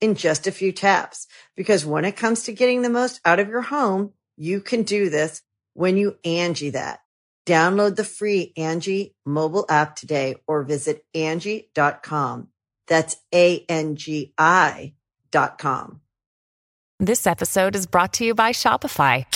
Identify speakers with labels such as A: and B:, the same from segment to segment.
A: in just a few taps. Because when it comes to getting the most out of your home, you can do this when you Angie that. Download the free Angie mobile app today or visit Angie.com. That's A-N-G-I dot com.
B: This episode is brought to you by Shopify.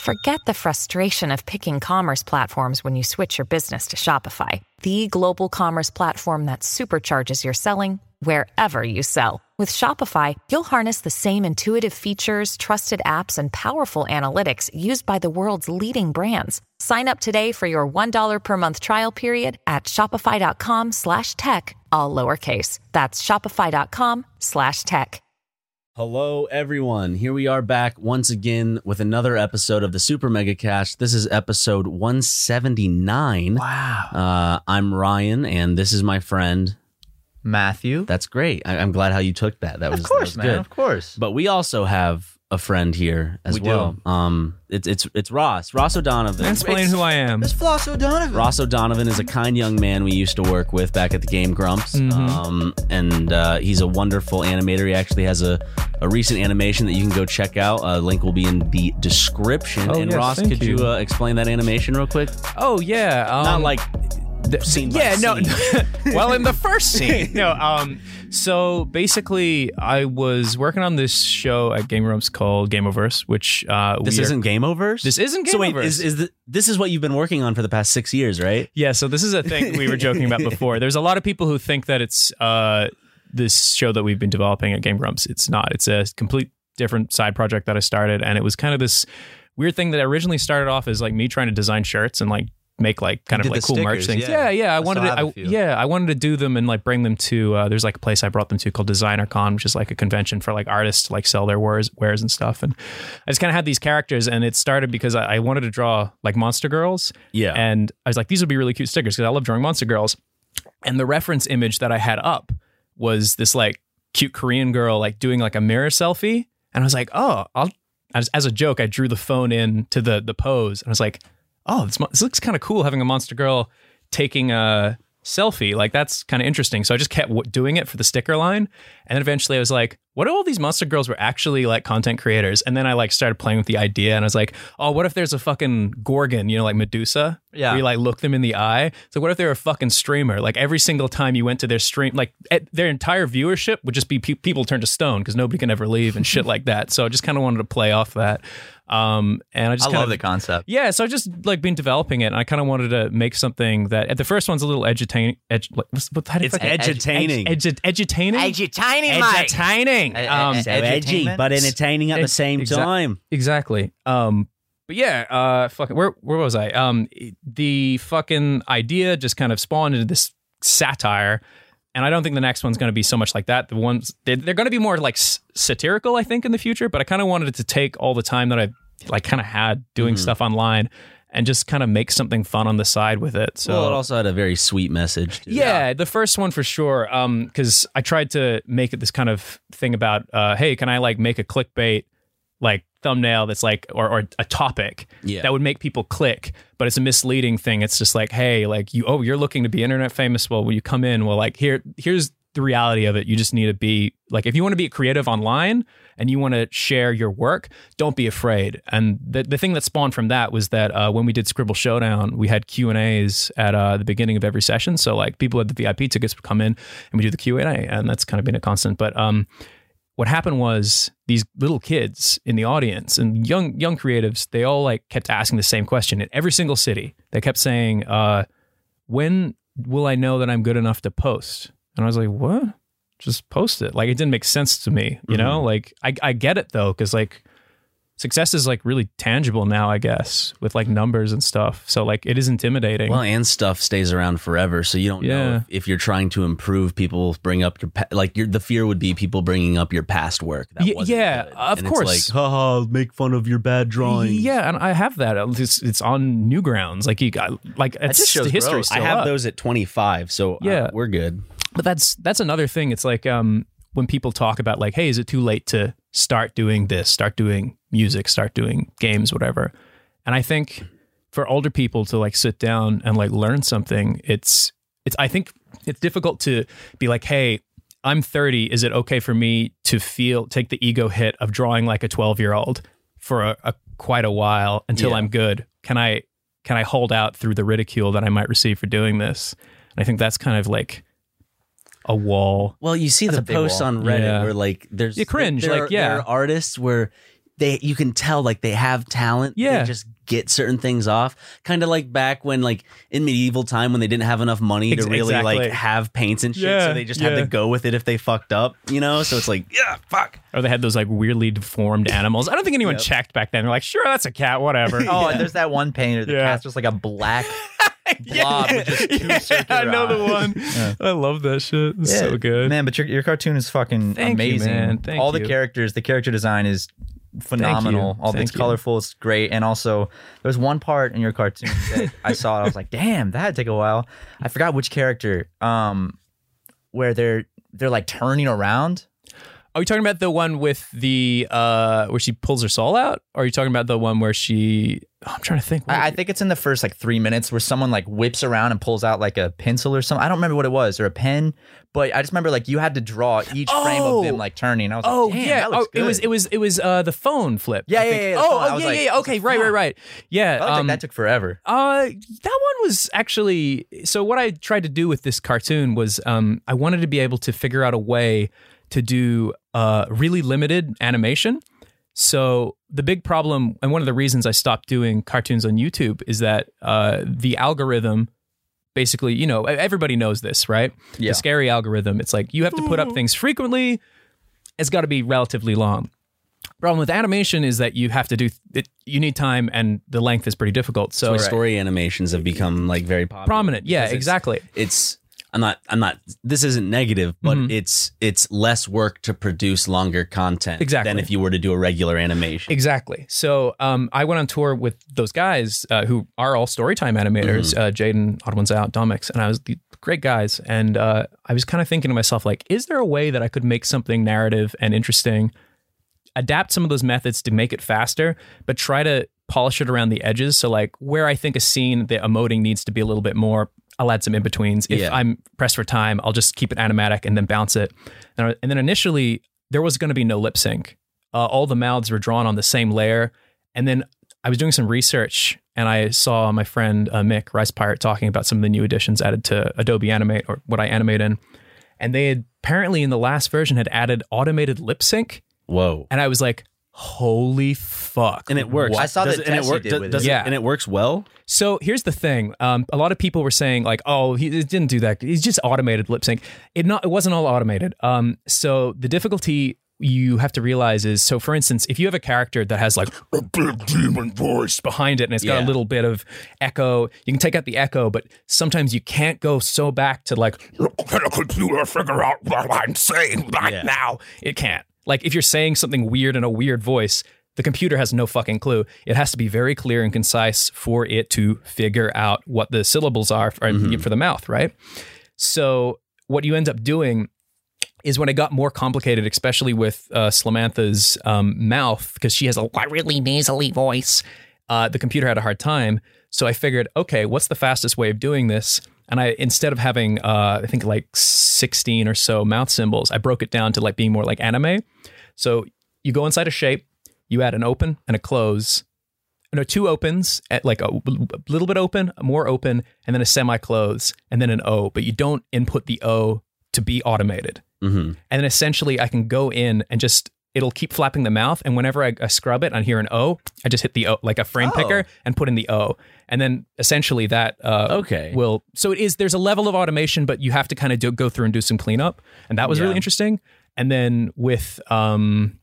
B: Forget the frustration of picking commerce platforms when you switch your business to Shopify, the global commerce platform that supercharges your selling wherever you sell. With Shopify, you'll harness the same intuitive features, trusted apps, and powerful analytics used by the world's leading brands. Sign up today for your $1 per month trial period at shopify.com slash tech, all lowercase. That's shopify.com slash tech.
C: Hello, everyone. Here we are back once again with another episode of the Super Mega Cast. This is episode 179.
D: Wow.
C: Uh, I'm Ryan, and this is my friend.
D: Matthew.
C: That's great. I- I'm glad how you took that. That was,
D: of course,
C: that was
D: man.
C: good.
D: Of course.
C: But we also have a friend here as
D: We do.
C: well. Um, it's it's it's Ross, Ross O'Donovan.
E: Explain who I am.
D: It's Floss O'Donovan.
C: Ross O'Donovan is a kind young man we used to work with back at the game Grumps.
E: Mm-hmm.
C: Um, and uh, he's a wonderful animator. He actually has a, a recent animation that you can go check out. A link will be in the description.
E: Oh,
C: and
E: yes,
C: Ross,
E: thank
C: could you,
E: you.
C: uh, explain that animation real quick?
E: Oh yeah, um,
C: Not like
E: the-
C: scene by
E: Yeah,
C: scene.
E: no. well, in the first scene, no. Um, so basically, I was working on this show at Game Rooms called Gameoverse, which uh,
C: this
E: we are-
C: isn't Game Overs?
E: this isn't Game
C: so wait,
E: Overs.
C: is, is the, this is what you've been working on for the past six years, right?
E: yeah, so this is a thing we were joking about before. There's a lot of people who think that it's uh, this show that we've been developing at Game Grumps. It's not. It's a complete different side project that I started, and it was kind of this weird thing that originally started off as like me trying to design shirts and like make like kind
D: You
E: of
D: did
E: like
D: the
E: cool merch
D: stickers,
E: things.
D: yeah.
E: Yeah, yeah. I,
D: I
E: wanted
D: still
E: to,
D: have a
E: I-
D: few.
E: yeah, I wanted to do them and like bring them to. Uh, there's like a place I brought them to called Designer Con, which is like a convention for like artists to like sell their wares, wares and stuff. And I just kind of had these characters, and it started because I, I wanted to draw like monster girls.
C: Yeah.
E: and I was like, these would be really cute stickers because I love drawing monster girls. And the reference image that I had up was this like cute Korean girl like doing like a mirror selfie, and I was like, oh, I'll as, as a joke, I drew the phone in to the the pose, and I was like, "Oh, this, mo- this looks kind of cool, having a monster girl taking a selfie. Like that's kind of interesting." So I just kept w- doing it for the sticker line, and then eventually I was like, "What if all these monster girls were actually like content creators?" And then I like started playing with the idea, and I was like, "Oh, what if there's a fucking gorgon, you know, like Medusa?
D: Yeah.
E: where you like look them in the eye. So what if they're a fucking streamer? Like every single time you went to their stream, like at, their entire viewership would just be pe- people turned to stone because nobody can ever leave and shit like that. So I just kind of wanted to play off that. Um, and I
D: I
E: just
D: love
E: kind
D: the
E: of
D: concept.
E: yeah, so I just like been developing it, and I kind of wanted to make something that at the first one's a little edutaining. Edu, like, what's- what- how do you
C: It's
E: fucking-
C: edutaining. E-,
E: Edu- edutaining.
D: Edutaining,
E: Edutaining.
D: Ed-
E: Um,
D: ed- edutainment?
C: entertaining at
E: Ex- exact- Exactly. Um, but yeah, uh, fucking, where where was I? Um, the fucking idea just kind of spawned into this satire, and I don't think the next one's going to be so much like that. The ones they're, they're going to be more like s- satirical, I think, in the future. But I kind of wanted to take all the time that I like kind of had doing
C: Mm-hmm.
E: stuff online and just kind of make something fun on the side with it. So
C: well, it also had a very sweet message. to it.
E: yeah, the first one for sure. Um, because I tried to make it this kind of thing about, uh, hey, can I like make a clickbait like thumbnail that's like or, or a topic
C: Yeah.
E: that would make people click, but it's a misleading thing. It's just like, hey, like you, oh, you're looking to be internet famous. Well, when you come in, well, like here, here's the reality of it. You just need to be like, if you want to be creative online and you want to share your work, don't be afraid. And the, the thing that spawned from that was that uh, when we did Scribble Showdown, we had Q and A's at uh, the beginning of every session. So like people at the VIP tickets would come in and we do the Q and A, and that's kind of been a constant. But um, what happened was these little kids in the audience and young young creatives they all like kept asking the same question in every single city they kept saying uh when will i know that i'm good enough to post and i was like what just post it like it didn't make sense to me you know like i, I get it though because like success is like really tangible now i guess with like numbers and stuff so like it is intimidating
C: Well, and stuff stays around forever, so you don't know
E: Yeah.
C: if, if you're trying to improve. People bring up your pa- like your, the fear would be people bringing up your past work. That
E: Y-
C: wasn't
E: yeah,
C: good.
E: of
C: And
E: course.
C: It's like, haha, make fun of your bad drawing.
E: Yeah, and I have that. It's, it's on Newgrounds. Like you got like
C: that
E: it's
C: just shows
E: the history.
C: growth. I have those at 25, so uh,
E: Yeah.
C: we're good.
E: but that's that's another thing. It's like um when people talk about like, hey, is it too late to start doing this, start doing music, start doing games, whatever. And I think for older people to like sit down and like learn something, it's it's I think it's difficult to be like, hey, I'm 30. Is it okay for me to feel take the ego hit of drawing like a 12 year old for a, a quite a while until
C: Yeah.
E: I'm good? Can I can I hold out through the ridicule that I might receive for doing this? And I think that's kind of like a wall.
C: Well, you see the
E: a big
C: posts
E: wall.
C: on Reddit
E: Yeah.
C: where like there's
E: You cringe,
C: there
E: like,
C: are-
E: yeah.
C: there are artists where they you can tell like they have talent.
E: Yeah.
C: they just get certain things off. Kind of like back when like in medieval time when they didn't have enough money to
E: Ex-
C: really like
E: exactly.
C: have paints and shit, so
E: Yeah,
C: they just had
E: yeah.
C: to go with it if they fucked up, you know. So it's like yeah, fuck.
E: Or they had those like weirdly deformed animals. I don't think anyone checked back then. They're like, sure, that's a cat, whatever.
D: Oh, and there's that one painter. The
E: Yeah.
D: cat's just like a black blob with just two
E: yeah,
D: circular
E: I know the
D: eyes.
E: one. I love that shit. It's so
D: Yeah.
E: good.
D: man. But your your cartoon is fucking
E: Thank you,
D: amazing.
E: man. Thank
D: All the
E: you.
D: characters, the character design is phenomenal. All
E: Thank
D: it's
E: you.
D: colorful, it's great. And also, there's one part in your cartoon that I saw. I was like, damn, that'd take a while. I forgot which character. Um, where they're they're like turning around.
E: Are you talking about the one with the uh where she pulls her soul out? Or are you talking about the one where she? Oh, I'm trying to think.
D: I, I think it's in the first like three minutes where someone like whips around and pulls out like a pencil or something. I don't remember what it was or a pen, but I just remember like you had to draw each frame of them
E: Oh.
D: like turning. I was
E: Oh
D: like, damn,
E: yeah,
D: that
E: oh,
D: looks
E: it was
D: good.
E: it was it was uh the phone flip.
D: Yeah,
E: I
D: yeah,
E: think.
D: yeah, yeah, the phone.
E: Oh,
D: I
E: oh
D: was
E: yeah,
D: like,
E: yeah, yeah.
D: I was
E: Okay,
D: like,
E: right, right, right. Yeah.
D: I was
E: um,
D: like, that took forever.
E: Uh, that one was actually so. What I tried to do with this cartoon was, um, I wanted to be able to figure out a way to do uh really limited animation. So the big problem, and one of the reasons I stopped doing cartoons on YouTube, is that uh, the algorithm, basically, you know, e-, everybody knows this, right?
D: Yeah.
E: The scary algorithm. It's like you have to put up things frequently. It's got to be relatively long problem with animation is that you have to do it, you need time and the length is pretty difficult so
C: So story animations have become like very popular.
E: prominent yeah
C: because it's-
E: exactly
C: it's I'm not I'm not this isn't negative, but
E: Mm-hmm.
C: it's it's less work to produce longer content
E: Exactly.
C: than if you were to do a regular animation.
E: exactly so um, i went on tour with those guys uh, who are all storytime
C: Mm-hmm.
E: animators uh, jaden odd ones out domix and i was the great guys and uh, i was kind of thinking to myself like is there a way that i could make something narrative and interesting adapt some of those methods to make it faster, but try to polish it around the edges. So like where I think a scene the emoting needs to be a little bit more, I'll add some in betweens. If
C: Yeah.
E: I'm pressed for time, I'll just keep it animatic and then bounce it. And, I- and then initially there was going to be no lip sync. Uh, all the mouths were drawn on the same layer, and then I was doing some research and I saw my friend uh, Mick Rice Pirate talking about some of the new additions added to Adobe Animate or what I animate in, and they had apparently in the last version had added automated lip sync.
C: Whoa.
E: And I was like, holy fuck.
C: And it works.
D: I saw
C: Does
D: that
C: it- and it
D: Jesse
C: worked-
D: did
C: does-
D: with it.
C: does it-
E: Yeah.
C: and it works well.
E: So here's the thing. Um, a lot of people were saying like, oh, he it didn't do that. He's just automated lip sync. It not it wasn't all automated. Um, so the difficulty you have to realize is so for instance, if you have a character that has like a big demon voice behind it and it's got
C: Yeah.
E: a little bit of echo, you can take out the echo, but sometimes you can't go so back to like can a computer figure out what I'm saying right
C: Yeah.
E: now? It can't. Like if you're saying something weird in a weird voice, the computer has no fucking clue. It has to be very clear and concise for it to figure out what the syllables are for, for the mouth, right? So what you end up doing is when it got more complicated, especially with uh, Slamantha's um, mouth, because she has a really nasally voice. Uh, the computer had a hard time, so I figured, okay, what's the fastest way of doing this? And I, instead of having, uh, I think like sixteen or so mouth symbols, I broke it down to like being more like anime. So you go inside a shape, you add an open and a close, no, two opens at like a little bit open, a more open, and then a semi close, and then an O. But you don't input the O to be automated.
D: Mm-hmm.
C: hmm
E: and then essentially I can go in and just it'll keep flapping the mouth, and whenever I, I scrub it, I hear an O. I just hit the O like a frame
C: Oh.
E: picker and put in the O, and then essentially that uh,
C: Okay.
E: will so it is there's a level of automation, but you have to kind of do, go through and do some cleanup, and that was
C: Yeah.
E: really interesting. And then with um,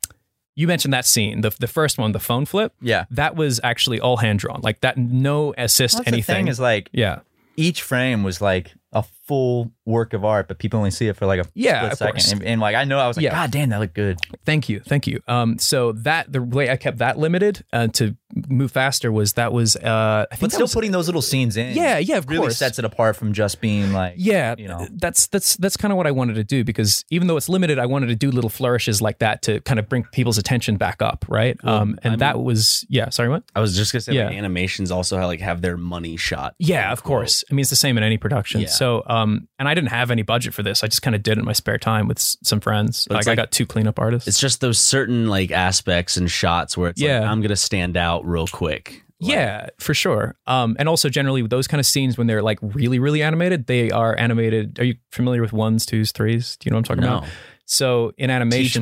E: you mentioned that scene the the first one the phone flip
D: Yeah.
E: that was actually all hand drawn like that no assist
D: That's
E: anything
D: the thing is like
E: yeah
D: each frame was like a full work of art, but people only see it for like a
E: Yeah,
D: split
E: of
D: second.
E: course.
D: And, and, like I know I was like,
E: Yeah.
D: God damn, that looked good.
E: Thank you, thank you. Um, so that the way I kept that limited uh, to move faster was that was uh, I
D: But
E: think that
D: still
E: was-
D: putting those little scenes in.
E: Yeah, yeah, of
D: really
E: course.
D: sets it apart from just being like
E: yeah,
D: you know.
E: that's that's that's kind of what I wanted to do because even though it's limited, I wanted to do little flourishes like that to kind of bring people's attention back up, right? um, and that was yeah. Sorry, what?
C: I was just gonna say like,
E: Yeah.
C: animations also have, like have their money shot.
E: Yeah, of course. I mean, it's the same in any production.
C: Yeah.
E: So, um, and I didn't have any budget for this. I just kind of did it in my spare time with s- some friends.
C: But
E: Like,
C: it's
E: I
C: like-
E: got two cleanup artists.
C: It's just those certain like aspects and shots where it's like
E: Yeah.
C: I'm gonna stand out real quick. Like,
E: yeah, for sure. Um, and also generally with those kind of scenes when they're like really, really animated, they are animated. Are you familiar with ones, twos, threes? Do you know what I'm talking
C: No.
E: about? So in animation,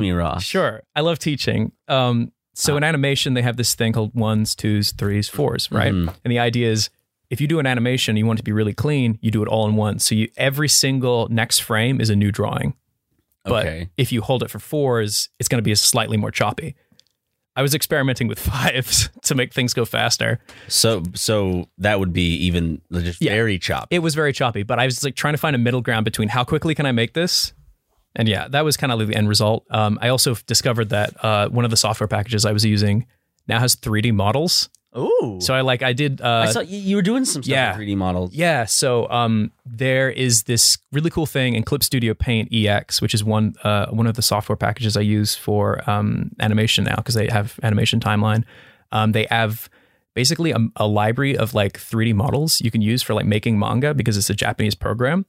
C: Teach me Ross. Ah.
E: sure, I love teaching. Um, so in animation, they have this thing called ones, twos, threes, fours, right?
C: Mhm.
E: And the idea is if you do an animation, you want it to be really clean, you do it all in one. So you every single next frame is a new drawing. But
C: Okay.
E: if you hold it for fours, it's going to be slightly more choppy. I was experimenting with fives to make things go faster.
C: So so that would be even like, just
E: Yeah.
C: very choppy.
E: It was very choppy, but I was like trying to find a middle ground between how quickly can I make this? And yeah, that was kind of the end result. Um, I also discovered that uh, one of the software packages I was using now has 3D models.
D: Ooh.
E: So I like I did uh,
C: I saw you, you were doing some stuff
E: yeah.
C: with 3D models.
E: Yeah, so um, there is this really cool thing in Clip Studio Paint EX, which is one uh, one of the software packages I use for um, animation now because they have animation timeline. Um, they have basically a, a library of like 3D models you can use for like making manga because it's a Japanese program,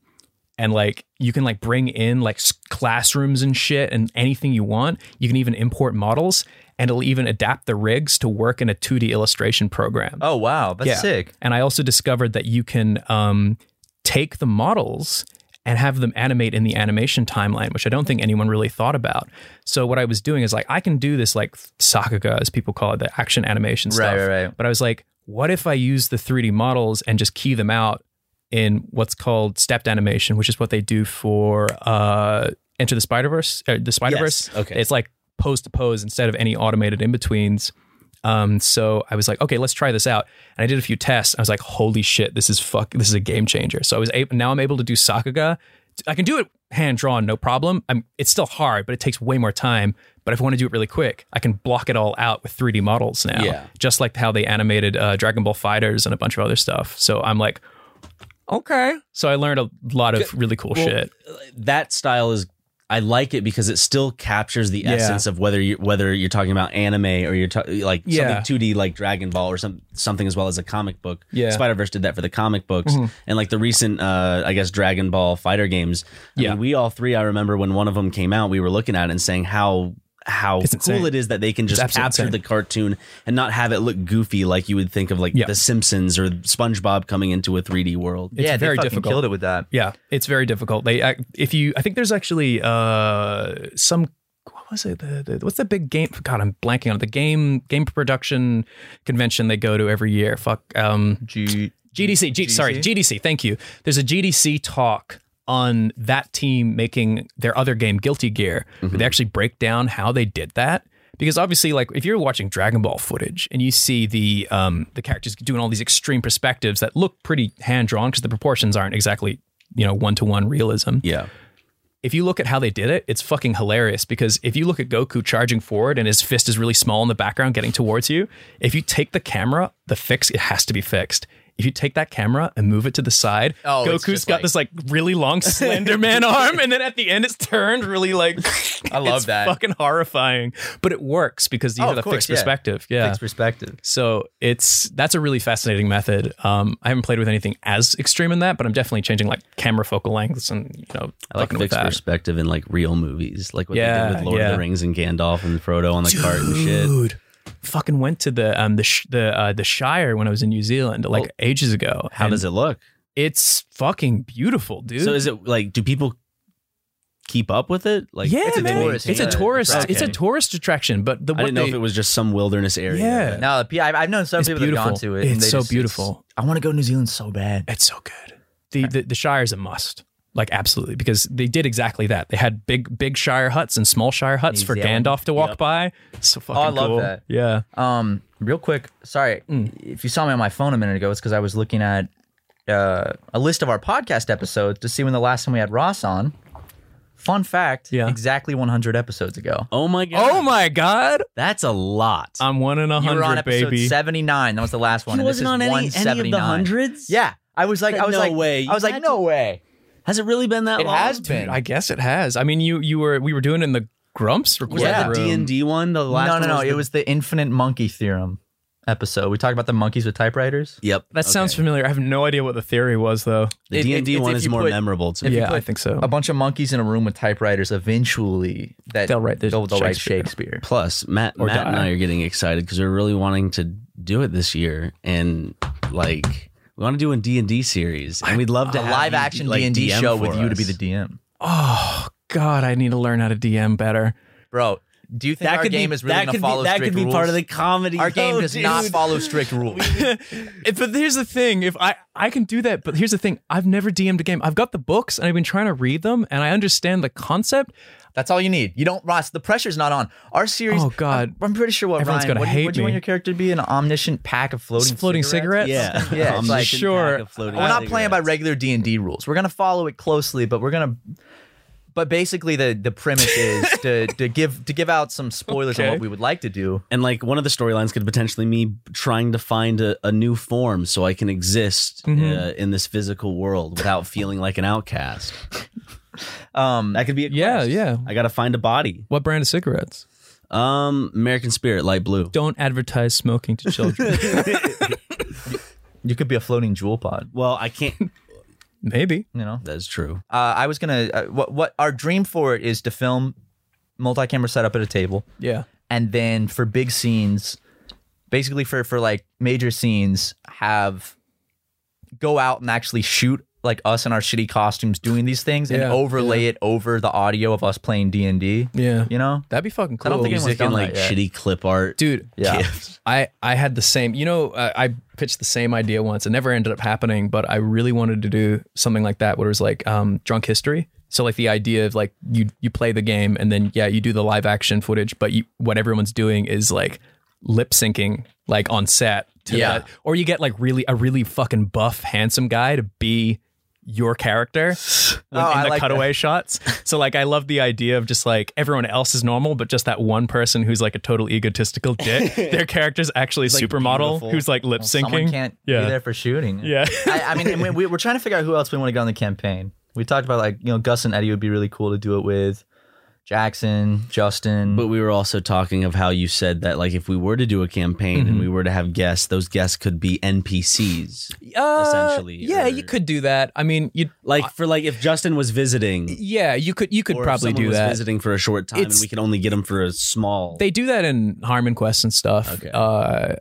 E: and like you can like bring in like s- classrooms and shit and anything you want. You can even import models, and it'll even adapt the rigs to work in a 2D illustration program.
D: oh wow, that's sick.
E: And I also discovered that you can um, take the models and have them animate in the animation timeline, which I don't think anyone really thought about. So what I was doing is like I can do this like sakuga, as people call it, the action animation stuff.
D: Right, right, right.
E: But I was like, what if I use the 3D models and just key them out in what's called stepped animation, which is what they do for uh, Enter the Spider Verse, uh, the Spider Verse.
C: Yes, okay.
E: it's like pose to pose instead of any automated in betweens. Um, so I was like, okay, let's try this out. And I did a few tests. I was like, holy shit, this is fuck, this is a game changer. So I was able, now I'm able to do Sakuga. I can do it hand drawn, no problem. I'm, it's still hard, but it takes way more time. But if I want to do it really quick, I can block it all out with 3D models now.
C: Yeah.
E: Just like how they animated uh, Dragon Ball Fighters and a bunch of other stuff. So I'm like, okay. So I learned a lot of really cool
C: Well,
E: shit.
C: that style is I like it because it still captures the
E: Yeah.
C: essence of whether you whether you're talking about anime or you're ta- like
E: Yeah.
C: something 2D like Dragon Ball or some something as well as a comic book.
E: Yeah. Mm-hmm.
C: Spider Verse did that for the comic books and like the recent uh, I guess Dragon Ball fighter games. I
E: Yeah.
C: mean, we all three I remember when one of them came out, we were looking at it and saying how how
E: It's
C: cool
E: insane.
C: it is that they can just
E: absolutely
C: capture
E: insane.
C: the cartoon and not have it look goofy like you would think of like
E: Yeah.
C: the Simpsons or SpongeBob coming into a 3D world.
E: It's
D: yeah,
E: very
D: they fucking
E: difficult.
D: killed it with that.
E: Yeah, it's very difficult. They act- if you I think there's actually uh some what was it the, the, what's the big game god I'm blanking on it. the game game production convention they go to every year. Fuck um
D: G-
E: GDC, G- sorry, GDC. Thank you. There's a GDC talk on that team making their other game, Guilty Gear, where they actually break down how they did that. Because obviously, like if you're watching Dragon Ball footage and you see the um, the characters doing all these extreme perspectives that look pretty hand drawn because the proportions aren't exactly you know one to one realism
C: Yeah.
E: if you look at how they did it, it's fucking hilarious because if you look at Goku charging forward and his fist is really small in the background getting towards you, if you take the camera, the fix it has to be fixed. If you take that camera and move it to the side,
D: Oh, it's
E: Goku's
D: just
E: got
D: like-
E: this like really long slender man arm, and then at the end it's turned really like
D: I love
E: it's
D: that.
E: Fucking horrifying. But it works because you
D: Oh,
E: have
D: of
E: a
D: course,
E: fixed
D: yeah.
E: perspective. Yeah.
D: Fixed perspective.
E: so it's that's a really fascinating method. Um, I haven't played with anything as extreme in that, but I'm definitely changing like camera focal lengths and you know
C: I like
E: fucking with
C: fixed
E: that.
C: perspective in like real movies, like what they
E: Yeah,
C: did with Lord of
E: yeah.
C: the Rings and Gandalf and Frodo on the cart and shit.
E: Dude, fucking went to the um the sh- the uh, the Shire when I was in New Zealand like ages ago.
C: How does it look?
E: It's fucking beautiful, dude.
C: So is it like do people keep up with it? Like,
E: yeah,
D: it's a
E: man.
D: tourist-
E: It's a
D: yeah,
E: tourist. It's a
D: attraction.
E: tourist attraction. But the
C: I
E: what
C: didn't know
E: they-
C: if it was just some wilderness area.
E: Yeah.
C: That-
D: No, the P- I've, I've known some
E: It's
D: people that have gone
E: beautiful.
D: to it. and
E: It's
D: they
E: so
D: just-
E: beautiful.
D: I want to go to New Zealand so bad.
E: It's so good. The, the the Shire is a must. Like absolutely, because they did exactly that. They had big big Shire huts and small Shire huts
D: New
E: for
D: Zealand.
E: Gandalf to walk
C: Yep. Oh,
E: by. So fucking
D: I love
E: cool.
D: that.
E: Yeah.
D: Um, real quick, sorry if you saw me on my phone a minute ago. It's because I was looking at uh, a list of our podcast episodes to see when the last time we had Ross on. Fun fact:
E: Yeah.
D: exactly 100 episodes ago.
C: Oh my god.
E: Oh my Um, God!
C: That's a lot.
E: I'm one in a
D: You were on
E: hundred,
D: episode
E: baby.
D: 79. That was the last one.
C: he
D: and this
C: wasn't
D: is
C: on any, any of the
D: 179.
C: hundreds.
D: Yeah, I was like, I was
C: No
D: like,
C: way.
D: I was
C: You
D: like,
C: had
D: no way.
C: Has it really been that
D: It
C: long?
D: has been.
E: Dude, I guess it has. I mean, you you were we were doing it in the Grumps
C: Was
E: recording
D: Yeah.
C: that the D
E: room.
C: and D one? The last.
D: No,
C: one
D: no, no.
C: was
D: it
C: the-
D: was the infinite monkey theorem episode. We talked about the monkeys with typewriters.
C: Yep.
E: That sounds
C: Okay.
E: familiar. I have no idea what the theory was though.
D: It-
C: The D and D
D: it's
C: one
D: if
C: is
D: you
C: more
D: put-
C: memorable to me.
E: Yeah,
D: put
E: I think so.
D: A bunch of monkeys in a room with typewriters. Eventually, that
E: They'll write the
D: they'll, they'll write
E: Shakespeare.
D: Shakespeare.
C: Plus, Matt,
E: Or
C: Matt and
E: die.
C: I are getting excited because we're really wanting to do it this year, and like we want to do a D and D series, and we'd love to
D: A
C: have
D: live
C: you,
D: action
C: like,
D: D and D
C: DM
D: show
C: for
D: with you to
C: us.
D: be the DM,
E: Oh God, I need to learn how to DM better.
D: bro. Do you think
C: That
D: our
C: could
D: game
C: be,
D: is really
C: that
D: going
C: could
D: to
C: be-
D: follow
C: that
D: strict
C: could be
D: rules?
C: part of the comedy.
D: Our game
C: though,
D: does not
C: dude.
D: follow strict rules.
E: If- but here's the thing: if I I can do that, but here's the thing: I've never DM'd a game. I've got the books and I've been trying to read them, and I understand the concept.
D: That's all you need. You don't, Ross. The pressure's not on. Our series.
E: Oh, God.
D: I'm, I'm pretty sure what
E: Everyone's
D: Ryan.
E: gonna
D: what do you-
E: hate
D: what do you
E: me.
D: want your character to be? An omniscient pack of floating
E: floating
D: cigarettes?
E: cigarettes.
C: Yeah, Um,
D: Yeah, it's like-
C: Omniscient
E: Sure.
C: pack of floating
D: We're not playing by
C: cigarettes.
D: regular D and D rules. We're gonna follow it closely, but we're gonna. But basically, the the premise is to to give to give out some spoilers on
E: Okay.
D: what we would like to do.
C: And like one of the storylines could potentially me trying to find a, a new form so I can exist
E: Mm-hmm.
C: uh, in this physical world without feeling like an outcast.
D: Um,
C: That could be a
E: Yeah,
C: quest.
E: yeah.
C: I gotta find a body.
E: What brand of cigarettes?
C: Um, American Spirit, light blue.
E: Don't advertise smoking to children.
D: you could be a floating jewel pod.
C: Well, I can't.
E: Maybe.
D: You know,
C: That's true.
D: uh, I was gonna. Uh, what what our dream for it is to film multi-camera setup at a table,
E: Yeah.
D: and then for big scenes, basically for for like major scenes, have go out and actually shoot like us in our shitty costumes doing these things and
E: Yeah,
D: overlay it over the audio of us playing D and D.
E: Yeah.
D: You know,
E: That'd be fucking cool.
D: I don't think anyone's
C: Music and
D: done
C: like
D: that yet.
C: shitty clip art.
E: Dude,
D: Yeah.
E: I I had the same. You know, uh, I pitched the same idea once. It never ended up happening, but I really wanted to do something like that, where it was like um, drunk history. So like the idea of like you you play the game and then yeah you do the live action footage, but you, what everyone's doing is like lip syncing like on set. To
D: Yeah.
E: that. Or you get like really a really fucking buff handsome guy to be your character when-
D: Oh,
E: in
D: I like
E: the
D: that.
E: cutaway shots. So like I love the idea of just like everyone else is normal, but just that one person who's like a total egotistical dick. their character's actually a
C: like,
E: supermodel
C: beautiful.
E: who's like lip
D: Someone
E: syncking.
D: can't
E: yeah.
D: be there for shooting.
E: Yeah.
D: I, I mean, and we, we- we're trying to figure out who else we want to get on the campaign. We talked about like you know Gus and Eddie would be really cool to do it with, Jackson, Justin.
C: But we were also talking of how you said that like if we were to do a campaign and we
E: Mm-hmm.
C: were to have guests, those guests could be NPCs.
E: Uh,
C: Essentially,
E: Yeah,
C: or-
E: you could do that. I mean, you
C: Like for like if Justin was visiting,
E: yeah, you could you could
C: or if
E: probably
C: someone
E: do
C: was
E: that.
C: Visiting for a short time,
E: It's-
C: and we could only get them for a small.
E: They do that in Harmon Quest and stuff.
C: Okay.
E: Uh,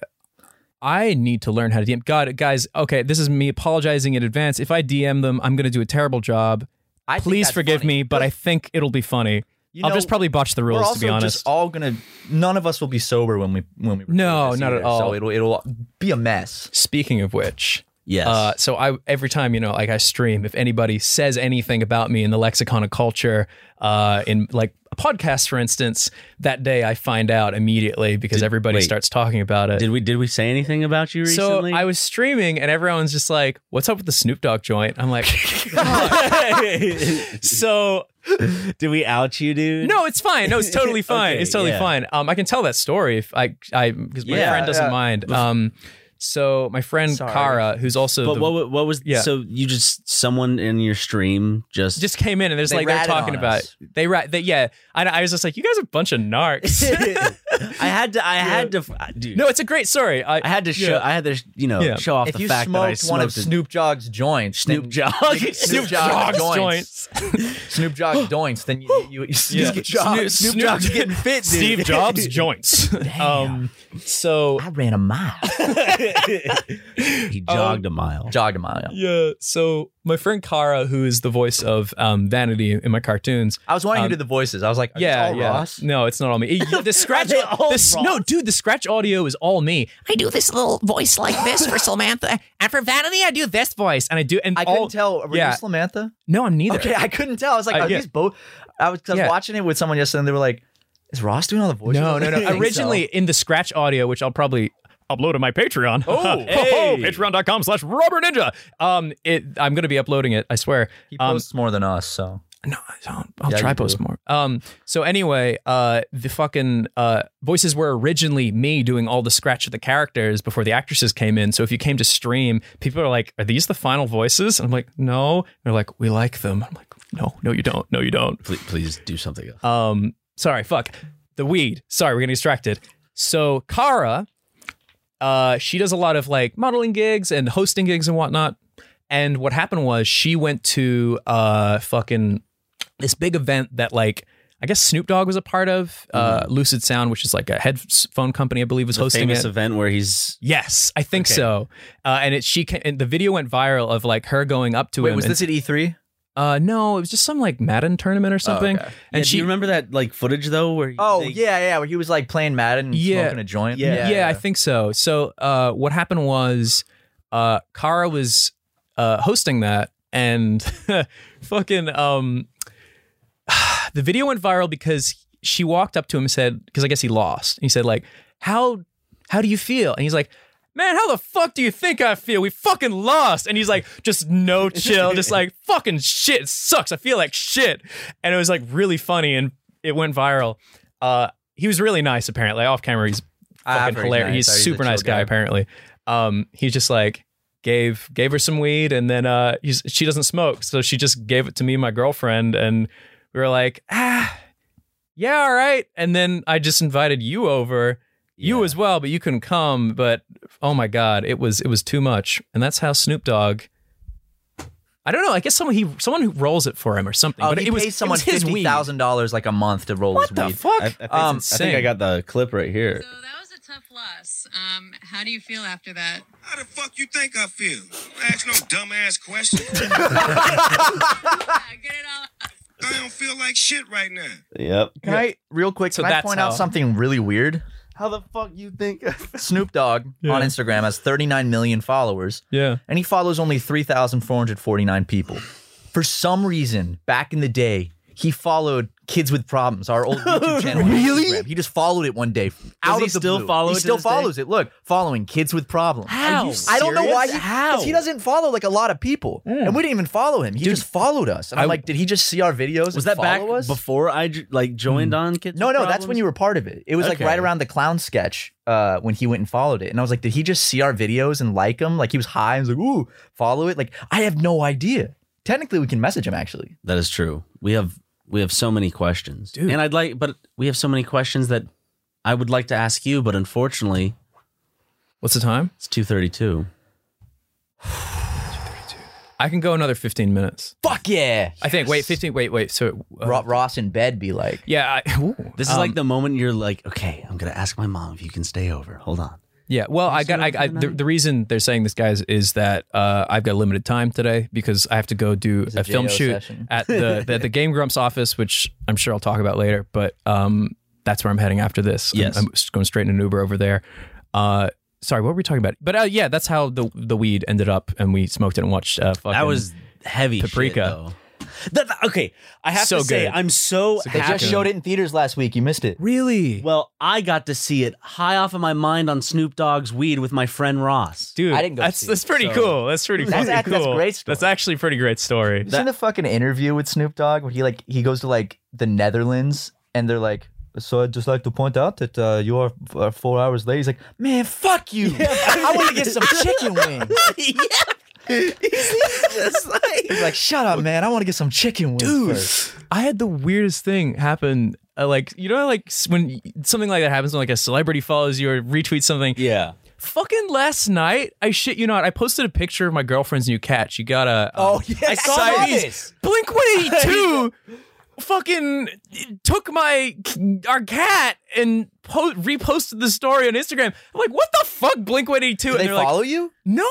E: I need to learn how to DM. God, guys, okay, this is me apologizing in advance. If I DM them, I'm going to do a terrible job.
D: I think
E: Please
D: that's
E: forgive
D: funny.
E: me, but I think it'll be funny.
D: You
E: I'll
D: know,
E: just probably botch the
D: We're
E: rules,
D: also
E: to be honest.
D: just all gonna. None of us will be sober when we when we. record
E: No,
D: this
E: not at
D: either,
E: all.
D: So it'll it'll be a mess.
E: Speaking of which,
C: yes.
E: uh, so I every time you know, like I stream, if anybody says anything about me in the lexicon of culture, uh, in like a podcast, for instance, that day I find out immediately because everybody
C: wait.
E: starts talking about it.
C: did we did we say anything about you
E: so
C: recently?
E: I was streaming and everyone's just like, "What's up with the Snoop Dogg joint?" I'm like, "So
C: did we out you, dude?
E: no, it's fine. No, it's totally fine.
C: Okay,
E: it's totally
C: yeah.
E: fine. Um, I can tell that story if I, I, because my
C: Yeah,
E: friend doesn't
D: yeah.
E: mind. Um, so my friend
D: Sorry.
E: Kara, who's also
C: But
E: the-
C: what wa- what was
E: Yeah.
C: so you just someone in your stream just
E: just came in and there's
D: They
E: like they're
D: ratted
E: talking
D: on
E: about
D: us.
E: they right they yeah. I, I was just like, you guys are a bunch of narcs.
C: I had to I had to f- dude.
E: no, it's a great story. I,
C: I had to show.
E: yeah.
C: I had to, you know,
E: Yeah.
C: show off
D: If
C: the
D: you
C: fact
D: smoked
C: that I
D: one of
C: smoked a-
D: Snoop Dogg's joints,
C: Snoop
D: then-
C: Dogg.
D: Snoop
E: Snoop
D: Dogg's
E: Dogg's
D: joints. Snoop Dogg's joints, then you, you, you
E: Yeah.
D: Snoop, Jobs, Snoop, Jobs getting fit, dude.
E: Steve Jobs joints. Um, so
D: I ran a mile.
C: he jogged a mile.
D: Jogged a mile. yeah.
E: Yeah. So my friend Kara, who is the voice of um, Vanity in my cartoons.
D: I was wondering
E: Um,
D: who did the voices. I was like, Are
E: yeah,
D: these all
E: yeah.
D: Ross?
E: No, it's not all me. Eh, The scratch,
D: they all
E: the s- no,
D: Ross?
E: dude, the scratch audio is all me. I do this little voice like this for Samantha, and for Vanity, I do this voice, and I do, and
D: I couldn't
E: all.
D: tell. Were
E: yeah.
D: you Samantha?
E: no, I'm neither.
D: Okay, I couldn't tell. I was like,
E: Uh,
D: Are
E: yeah.
D: these both? I was, 'cause I was
E: Yeah.
D: watching it with someone yesterday, and they were like, Is Ross doing all the voices?
E: No, no,
D: I think
E: no.
D: so.
E: Originally in the scratch audio, which I'll probably upload to my Patreon.
D: Oh,
E: Ho, ho,
D: hey.
E: patreon.com slash Robert Ninja. Um, it, I'm going to be uploading it, I swear.
D: he
E: Um,
D: posts more than us, so
E: No, I don't. I'll
D: Yeah,
E: try
D: you do.
E: post more. Um. So anyway, uh, the fucking uh voices were originally me doing all the scratch of the characters before the actresses came in. So if you came to stream, people are like, "Are these the final voices?" And I'm like, "No." They're like, "We like them." I'm like, "No, no, you don't. No, you don't."
C: Please, please do something else.
E: Um. Sorry. Fuck. The weed. Sorry, we're getting distracted. So Kara, uh, she does a lot of like modeling gigs and hosting gigs and whatnot. And what happened was she went to uh fucking this big event that like I guess Snoop Dogg was a part of. Uh,
D: Mm-hmm.
E: Lucid Sound, which is like a headphone company, I believe, was
C: the
E: hosting
C: famous
E: it.
C: event where he's
E: yes, I think
C: Okay.
E: so. Uh, and it she ca- and the video went viral of like her going up to
D: wait,
E: him.
D: was
E: and-
D: this at E E3?
E: uh, no, it was just some like Madden tournament or something.
D: Oh, okay.
E: And
C: and
E: she
C: she remember that like footage though where
D: Oh
C: they-
D: yeah, yeah. Where he was like playing Madden, and
E: Yeah.
D: smoking a joint.
E: yeah, I think so. So uh, what happened was uh, Kara was uh, hosting that, and fucking um, the video went viral because she walked up to him and said, because I guess he lost. And he said like, how how do you feel? And he's like. Man, how the fuck do you think I feel? We fucking lost. And he's like, just no chill, just like fucking shit it sucks. I feel like shit. And it was like really funny and it went viral. Uh he was really nice apparently. Off camera he's
D: I've
E: fucking
D: heard he's
E: hilarious.
D: nice. I heard
E: He's,
D: he's a
E: super nice
D: chill
E: guy,
D: guy.
E: apparently. Um, he just like gave gave her some weed, and then uh, he's, she doesn't smoke, so she just gave it to me and my girlfriend, and we were like, ah, yeah, all right. And then I just invited you over, you
C: Yeah.
E: as well, but you couldn't come. But oh my god, it was it was too much, and that's how Snoop Dogg. I don't know. I guess someone he someone who rolls it for him or something.
D: Oh,
E: but
D: he
E: it
D: pays
E: was it
D: someone
E: was his
D: fifty
E: weed.
D: thousand dollars like a month to roll
E: What
D: his
E: the
D: weed.
E: fuck?
C: I, I think
D: Um,
C: it's- I think I got
E: insane.
C: the clip right here.
F: So that was a tough loss. Um, how do you feel after that?
G: How the fuck you think I feel? Don't ask no dumbass question.
F: Yeah, get it all out.
G: I don't feel like shit right now.
C: Yep.
D: Can I real quick?
E: So
D: can I
E: that's
D: point
E: how-
D: out something really weird?
C: How the fuck you think?
D: Snoop Dogg
E: Yeah.
D: on Instagram has 39 million followers,
E: Yeah.
D: and he follows only 3,449 people. For some reason, back in the day, he followed Kids with Problems, our old YouTube channel. on Instagram. He just followed it one day out
C: he
D: of the
C: still
D: blue.
C: follow it
D: He
C: to
D: still
C: this day?
D: follows it. Look, following Kids with Problems.
E: How?
D: I don't know why. He, 'cause
C: How?
D: he doesn't follow like a lot of people,
E: Mm.
D: and we didn't even follow him. He just followed us, and I,
E: I-
D: am like, did he just see our videos?
C: Was
D: and
C: that back
D: follow us?
C: before I j- like joined on kids?
D: No,
C: With
D: no, that's when
C: Problems?
D: you were part of it. It was
C: Okay.
D: like right around the clown sketch uh, when he went and followed it. And I was like, did he just see our videos and like them? Like he was high and was like, ooh, follow it. Like I have no idea. Technically, we can message him actually.
C: That is true. We have we have so many questions,
E: Dude.
C: and I'd like, but we have so many questions that I would like to ask you, but unfortunately,
E: What's the time?
C: it's two thirty-two.
E: I can go another 15 minutes.
D: Fuck yeah.
E: I think. Wait, 15. Wait, wait. So, uh,
D: Ro- Ross in bed be like,
E: yeah. I, ooh.
C: This is
E: Um,
C: like the moment you're like, okay, I'm gonna ask my mom if you can stay over. Hold on.
E: yeah. Well, I
C: you
E: got.
C: still
E: I, I
C: have
E: the,
C: that?
E: the reason they're saying this, guys, is that uh, I've got limited time today because I have to go do
D: It's
E: a,
D: a
E: film
D: JO
E: shoot
D: session.
E: at the, the the Game Grumps office, which I'm sure I'll talk about later. But um, that's where I'm heading after this. I'm-
C: Yes.
E: I'm, just going straight in an Uber over there. Uh, sorry, what were we talking about? But uh, yeah, that's how the the weed ended up, and we smoked it and watched. Uh, fucking,
C: That was heavy. shit,
E: Paprika.
C: though. That- that- okay, I have
E: So
C: to say,
E: good.
C: I'm so
E: So
D: they
E: good.
C: happy.
D: just showed it in theaters last week. You missed it.
E: really.
C: Well, I got to see it high off of my mind on Snoop Dogg's weed with my friend Ross.
E: Dude,
D: I didn't go
E: that's
D: see
E: that's
D: it,
E: pretty
D: so-
E: cool. That's pretty
D: That's
E: fucking
D: act- that's
E: cool.
D: great story.
E: That's actually a pretty great story.
D: You seen the fucking interview with Snoop Dogg where he like he goes to like the Netherlands and they're like, so I'd just like to point out that uh, you are f- uh, four hours late. He's like, man, fuck you. I want to get some chicken wings. He's like, shut up, man. I want to get some chicken wings. first."
E: I had the weirdest thing happen. Uh, like you know, like s- when something like that happens, when like a celebrity follows you or retweets something.
C: Yeah.
E: Fucking last night, I shit you not, I posted a picture of my girlfriend's new cat. She got a um,
D: Oh, yeah, I saw
E: Siamese
D: this.
E: Blink One Eighty Two fucking took my our cat and po- reposted the story on Instagram. I'm like, what the fuck, Blink One Eighty Two?
D: Do
E: And
D: they
E: they're like,
D: follow you?
E: no,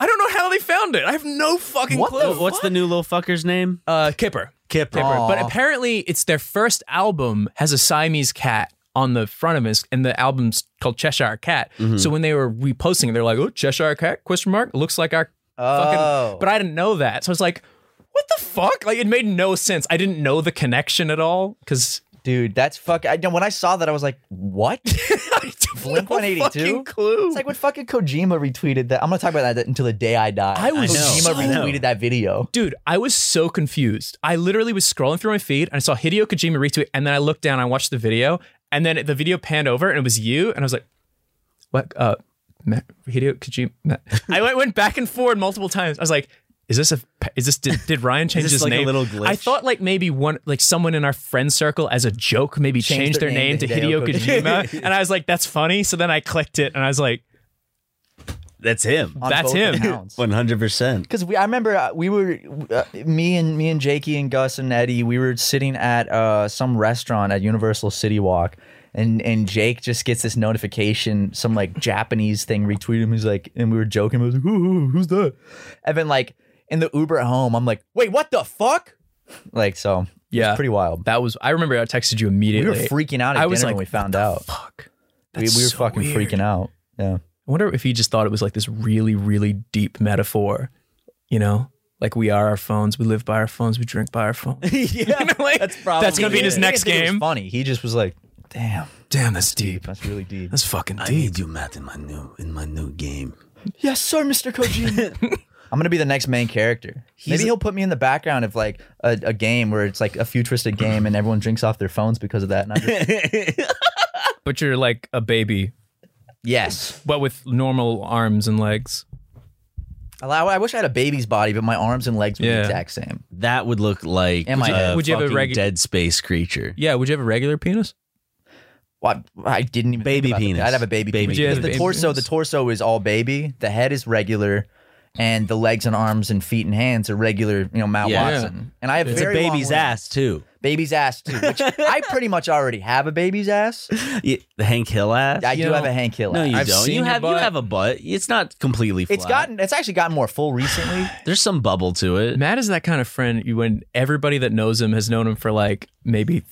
E: I don't know how they found it. I have no fucking
C: What
E: clue.
C: the- what's the new little fucker's name?
E: uh, Kipper?
C: Kipper.
E: Kipper. But
D: Aw.
E: apparently, it's their first album has a Siamese cat on the front of it, and the album's called Cheshire Cat.
D: Mm-hmm.
E: So when they were reposting, it, they're like, "Oh, Cheshire Cat?" Question mark. Looks like our fucking.
D: Oh.
E: But I didn't know that, so I was like, "What the fuck?" Like it made no sense. I didn't know the connection at all because
D: Dude, that's fuck. I, when I saw that, I was like, what?
E: I have
D: Blink
E: no
D: 182?
E: fucking clue.
D: It's like when fucking Kojima retweeted that. I'm gonna talk about that until the day I die.
E: I was
D: Kojima
E: so-
D: retweeted that video.
E: Dude, I was so confused. I literally was scrolling through my feed and I saw Hideo Kojima retweet, and then I looked down, I watched the video, and then the video panned over and it was you, and I was like, "What? Uh, Ma- Hideo Kojima?" Ma- I went, went back and forward multiple times. I was like, "Is this a? Is this did, did Ryan change
C: this
E: his
C: like a
E: name?"
C: little glitch?
E: I thought like maybe one like someone in our friend circle as a joke maybe changed, their, name, to Hideo, Kojima, and I was like, "That's funny." So then I clicked it, and I was like,
C: That's him.
D: On
E: That's
D: both
E: him.
D: accounts.
C: One hundred percent.
D: because we I remember uh, we were uh, me and me and Jakey and Gus and Eddie we were sitting at uh, some restaurant at Universal City Walk and and Jake just gets this notification some like Japanese thing retweeted him he's like and we were joking I was like who, who, who's that and then like in the Uber home I'm like wait what the fuck like so
E: Yeah.
D: it's pretty wild
E: "That was." I remember I texted you
D: we
E: immediately.
D: were freaking out at
E: I was
D: dinner
E: like,
D: when we found
E: "What the
D: out
E: Fuck.
D: we, we were
E: That's so
D: fucking
E: weird.
D: freaking out yeah
E: I wonder if he just thought it was like this really, really deep metaphor, you know? Like we are our phones, we live by our phones, we drink by our phones.
D: yeah
E: You know, like, that's gonna be in his next game.
D: funny he just was like damn
E: Damn, that's deep.
D: that's really deep
E: That's fucking
C: I
E: deep.
C: need you, Matt, in my new in my new game.
D: Yes, sir, Mr. Kojima. I'm gonna be the next main character. Maybe he'll put me in the background of like a, a game where it's like a futuristic game and everyone drinks off their phones because of that. And I'm just,
E: But you're like a baby,
D: yes,
E: but with normal arms and legs.
D: I, I wish I had a baby's body, but my arms and legs were
E: Yeah.
D: the exact same.
C: That would look like
D: Am I-
C: a
E: Would you have a
C: fucking
E: regu-
C: dead space creature?
E: Yeah, would you have a regular penis?
D: Well, I, I didn't even think
C: Baby
D: about that.
C: penis.
D: I'd have a baby,
C: Baby
D: penis.
E: penis.
D: Because The
E: Baby
D: torso,
E: penis.
D: the torso is all baby. The head is regular, and the legs and arms and feet and hands are regular. You know, Matt
C: Yeah.
D: Watson. And I have
C: It's a
D: very long
C: baby's
D: legs.
C: ass too.
D: Baby's ass too. Which I pretty much already have a baby's ass.
C: Yeah, the Hank Hill ass.
D: I
E: You
D: do
E: know-
D: have a Hank Hill.
C: no,
D: ass.
C: you
E: I've
C: don't.
E: seen
C: You
E: your
C: have you
E: butt.
C: have a butt. It's not completely flat.
D: It's gotten. It's actually gotten more full recently.
C: There's some bubble to it.
E: Matt is that kind of friend you when everybody that knows him has known him for like maybe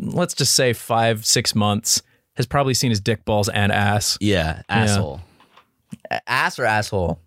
E: let's just say five, six months, has probably seen his dick balls and ass.
C: Yeah, asshole,
D: A- ass or asshole?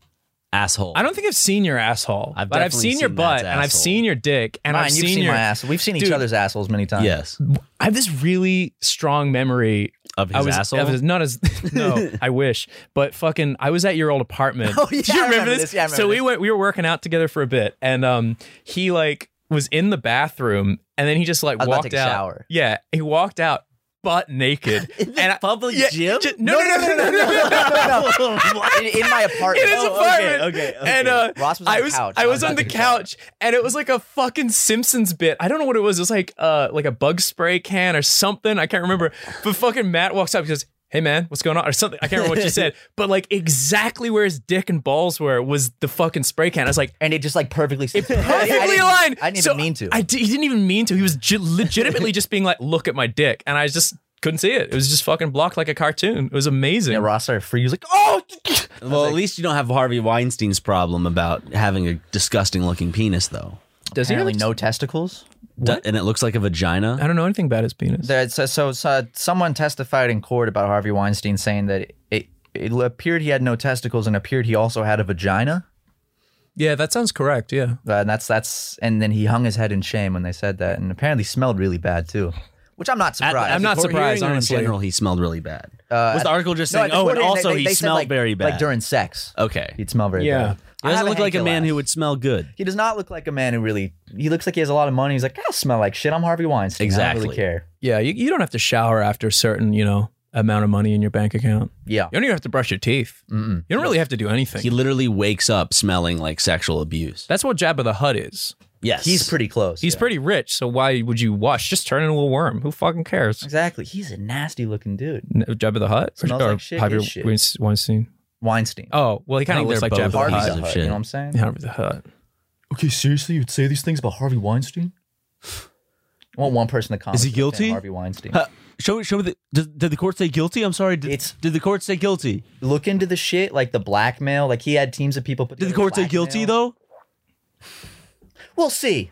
C: asshole.
E: I don't think I've seen your asshole,
C: I've
E: but I've
C: definitely
E: seen, your
C: seen
E: butt
C: Matt's
E: and I've
C: asshole.
E: seen your dick and
D: Mine,
E: I've
D: you've
E: seen,
D: seen,
E: your
D: my ass. We've seen each
E: Dude.
D: other's assholes many times.
C: Uh, Yes,
E: I have this really strong memory.
C: of his
E: I was,
C: asshole.
E: I was- not as no. I wish, but fucking, I was at your old apartment.
D: Oh, yeah, I
E: Do you remember,
D: remember
E: this?
D: this. Yeah, I
E: so
D: remember
E: we
D: this.
E: went. We were working out together for a bit, and um, he like was in the bathroom, and then he just like
D: I was about to
E: walked
D: take a
E: out.
D: shower.
E: Yeah, he walked out butt naked in and I-
C: public
E: yeah,
C: gym?
E: ju- no, no, no, no, no, no, no, no.
D: in, in my
E: in
D: apartment.
E: his
D: Oh,
E: apartment.
C: okay, okay.
E: And uh,
D: Ross was on
E: I
D: the
E: was,
D: couch.
E: I
D: I
E: was
D: was
E: on
D: at
E: the
D: the shower.
E: couch, and it was like a fucking Simpsons bit. I don't know what it was. It was like uh, like a bug spray can or something. I can't remember. But fucking Matt walks up, he goes. Hey man, what's going on? Or something. I can't remember what you said, but like exactly where his dick and balls were was the fucking spray can. I was like,
D: and it just like perfectly. It
E: perfectly aligned.
D: I didn't
E: So
D: even mean to.
E: I di- he didn't even mean to. He was ge- legitimately just being like, "Look at my dick," and I just couldn't see it. It was just fucking blocked like a cartoon. It was amazing.
D: yeah, Ross started free. He was like, "Oh,
C: well, at least you don't have Harvey Weinstein's problem about having a disgusting looking penis, though.
E: Does he
D: apparently
E: really?
D: no testicles."
C: D- and it looks like a vagina.
E: I don't know anything about his penis.
D: There- So, so, so someone testified in court about Harvey Weinstein saying that it, it appeared he had no testicles and appeared he also had a vagina.
E: Yeah, that sounds correct. Yeah.
D: Uh, and that's that's and then he hung his head in shame when they said that, and apparently smelled really bad too, which I'm not surprised.
E: I'm not
C: Before
E: surprised,
C: hearing or
E: honestly.
C: In general, he smelled really bad.
D: Uh,
C: Was the article just
D: No,
C: saying?
D: at the
C: oh, and
D: court,
C: also
D: they-
C: he
D: they said,
C: smelled
D: like-
C: very bad.
D: like during sex.
C: okay, he
D: He'd smell very
E: Yeah.
D: bad. I have
C: doesn't look like a
D: Hank
C: man who
D: Hill ass.
C: would smell good.
D: He does not look like a man who really. He looks like he has a lot of money. He's like, I'll smell like shit. I'm Harvey Weinstein. I don't
C: Exactly.
D: really care.
E: Yeah, you, you don't have to shower after a certain, you know, amount of money in your bank account.
D: Yeah.
E: You don't even have to brush your teeth.
D: Mm-mm.
E: You don't really have to do anything.
C: He literally wakes up smelling like sexual abuse.
E: That's what Jabba the Hutt is.
C: Yes,
D: He's pretty close.
E: He's
D: yeah.
E: pretty rich, so why would you wash? Just turn into a worm. Who fucking cares?
D: Exactly. He's a nasty looking dude.
E: N- Jabba the Hutt?
D: Smells like shit,
E: Harvey
D: is shit.
E: Weinst- Weinstein?
D: Weinstein.
E: Oh, well, he kind
C: I
E: of
C: think
E: looks
C: they're both
E: like Jabba the
D: Harvey's
C: pies
D: a
E: Hutt.
C: of
D: hut,
C: shit.
D: You know what I'm saying?
E: Harvey the Hutt.
D: Okay, seriously, you'd say these things about Harvey Weinstein? I want one person to comment.
H: Is he
D: It's
H: guilty?
D: Harvey Weinstein.
H: Huh, show show me the did, did the court say guilty? I'm sorry. Did,
D: It's-
H: did the court say guilty?
D: Look into the shit, like the blackmail. Like he had teams of people. Put
H: Did the
D: together
H: court say guilty
D: blackmail.
H: though?
D: We'll see.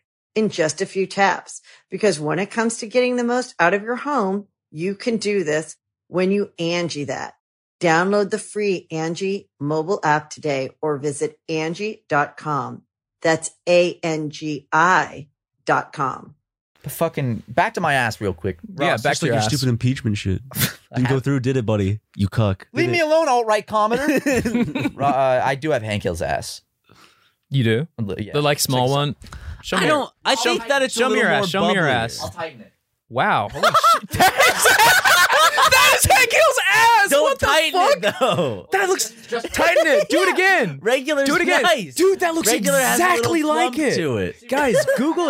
A: in just a few taps. Because when it comes to getting the most out of your home, you can do this when you Angie that. Download the free Angie mobile app today or visit Angie.com. That's A-N-G-I dot com.
D: But fucking back to my ass real quick.
E: yeah,
D: Ross,
E: back
H: Just
E: to
H: like
E: your,
H: your
E: ass.
H: stupid impeachment shit.
D: I
H: Didn't go
D: have-
H: through, did it, buddy? You cuck.
D: Leave me alone, alt right commenter. Ro- uh, I do have Hank Hill's ass.
E: You do
D: Yeah.
E: the like small one. Show me
H: I
E: your-
H: don't. I
E: Show-
H: think that it's
E: show
H: a
E: me
H: little
E: your
H: more
E: ass. Show me your
H: bubbly.
E: ass.
D: tighten it.
E: Wow. that is Hank Hill's ass.
H: Don't
E: what the
H: tighten
E: fuck?
H: it though.
E: That looks. tighten it. Do it again.
H: Regular.
E: Do it again.
H: nice.
E: Dude, that looks
H: Regular has a little
E: exactly like
H: plump
E: it.
H: To it.
E: Guys, Google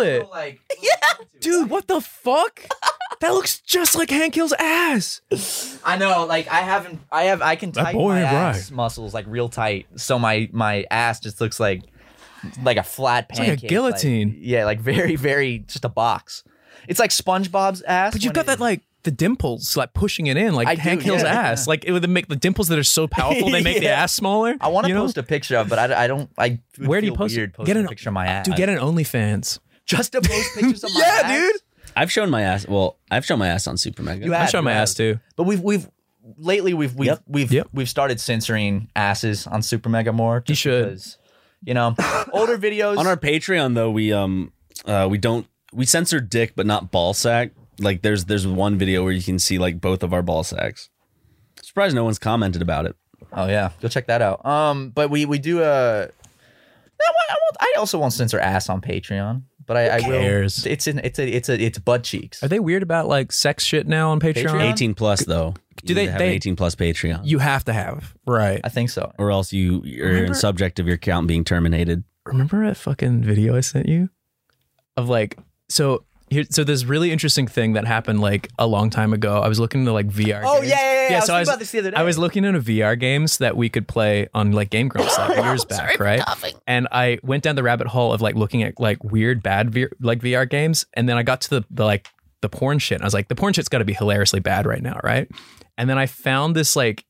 E: it.
D: Like,
E: Dude, what the fuck? That looks just like Hank Hill's ass.
D: I know, like I haven't, I have, I can
E: That
D: tighten
E: boy
D: my
E: ain't
D: ass
E: right.
D: muscles like real tight, so my my ass just looks like like a flat
E: like a
D: pancake,
E: guillotine.
D: yeah, like very, very just a box. It's like SpongeBob's ass,
E: But you've
D: when
E: got
D: it-
E: that like the dimples, like pushing it in, like
D: I do,
E: Hank Hill's
D: yeah.
E: ass. Like it would make the dimples that are so powerful they make the
D: Yeah.
E: ass smaller.
D: I want to
E: you know?
D: post a picture of, but I, I don't. I would
E: Where do you
D: feel
E: post it?
D: Weird
E: Get
D: posting
E: an-
D: a picture of my ass.
E: Dude, get an OnlyFans.
D: just to post pictures of my ass.
C: I've shown my ass. Well, I've shown my ass on Super Mega.
D: You
E: I
D: have-
E: showed my
D: yeah.
E: ass too.
D: But we've we've lately we've we've
H: Yep.
D: we've
E: Yep.
D: we've started censoring asses on Super Mega more. just
E: should.
D: because, you know, older videos
C: on our Patreon though, we um uh we don't we censor dick but not ball sack. Like there's there's one video where you can see like both of our ball sacks. Surprised no one's commented about it.
D: Oh yeah, go check that out. Um, but we we do uh, no, I, won't, I also won't censor ass on Patreon, but I, I will.
E: cares?
D: It's an it's a it's a it's butt cheeks.
E: Are they weird about like sex shit now on Patreon?
D: Patreon? Eight-
C: 18 plus though.
E: Do
C: You
E: they-
C: have
E: they-
C: an 18 plus Patreon?
E: You have to have. Right.
D: I think so.
C: or else you you're in subject of your account being terminated.
E: remember that fucking video I sent you of like so here so this really interesting thing that happened like a long time ago. I was looking into like VR.
D: Oh,
E: games.
D: yeah, yeah, yeah. I was
E: so
D: thinking
E: I was
D: about this the other day.
E: I was looking into VR games that we could play on like Game Grumps like
D: Oh,
E: years back, right? And I went down the rabbit hole of like looking at like weird bad VR, like VR games, and then I got to the, the like the porn shit. And I was like, the porn shit's got to be hilariously bad right now, right? And then I found this like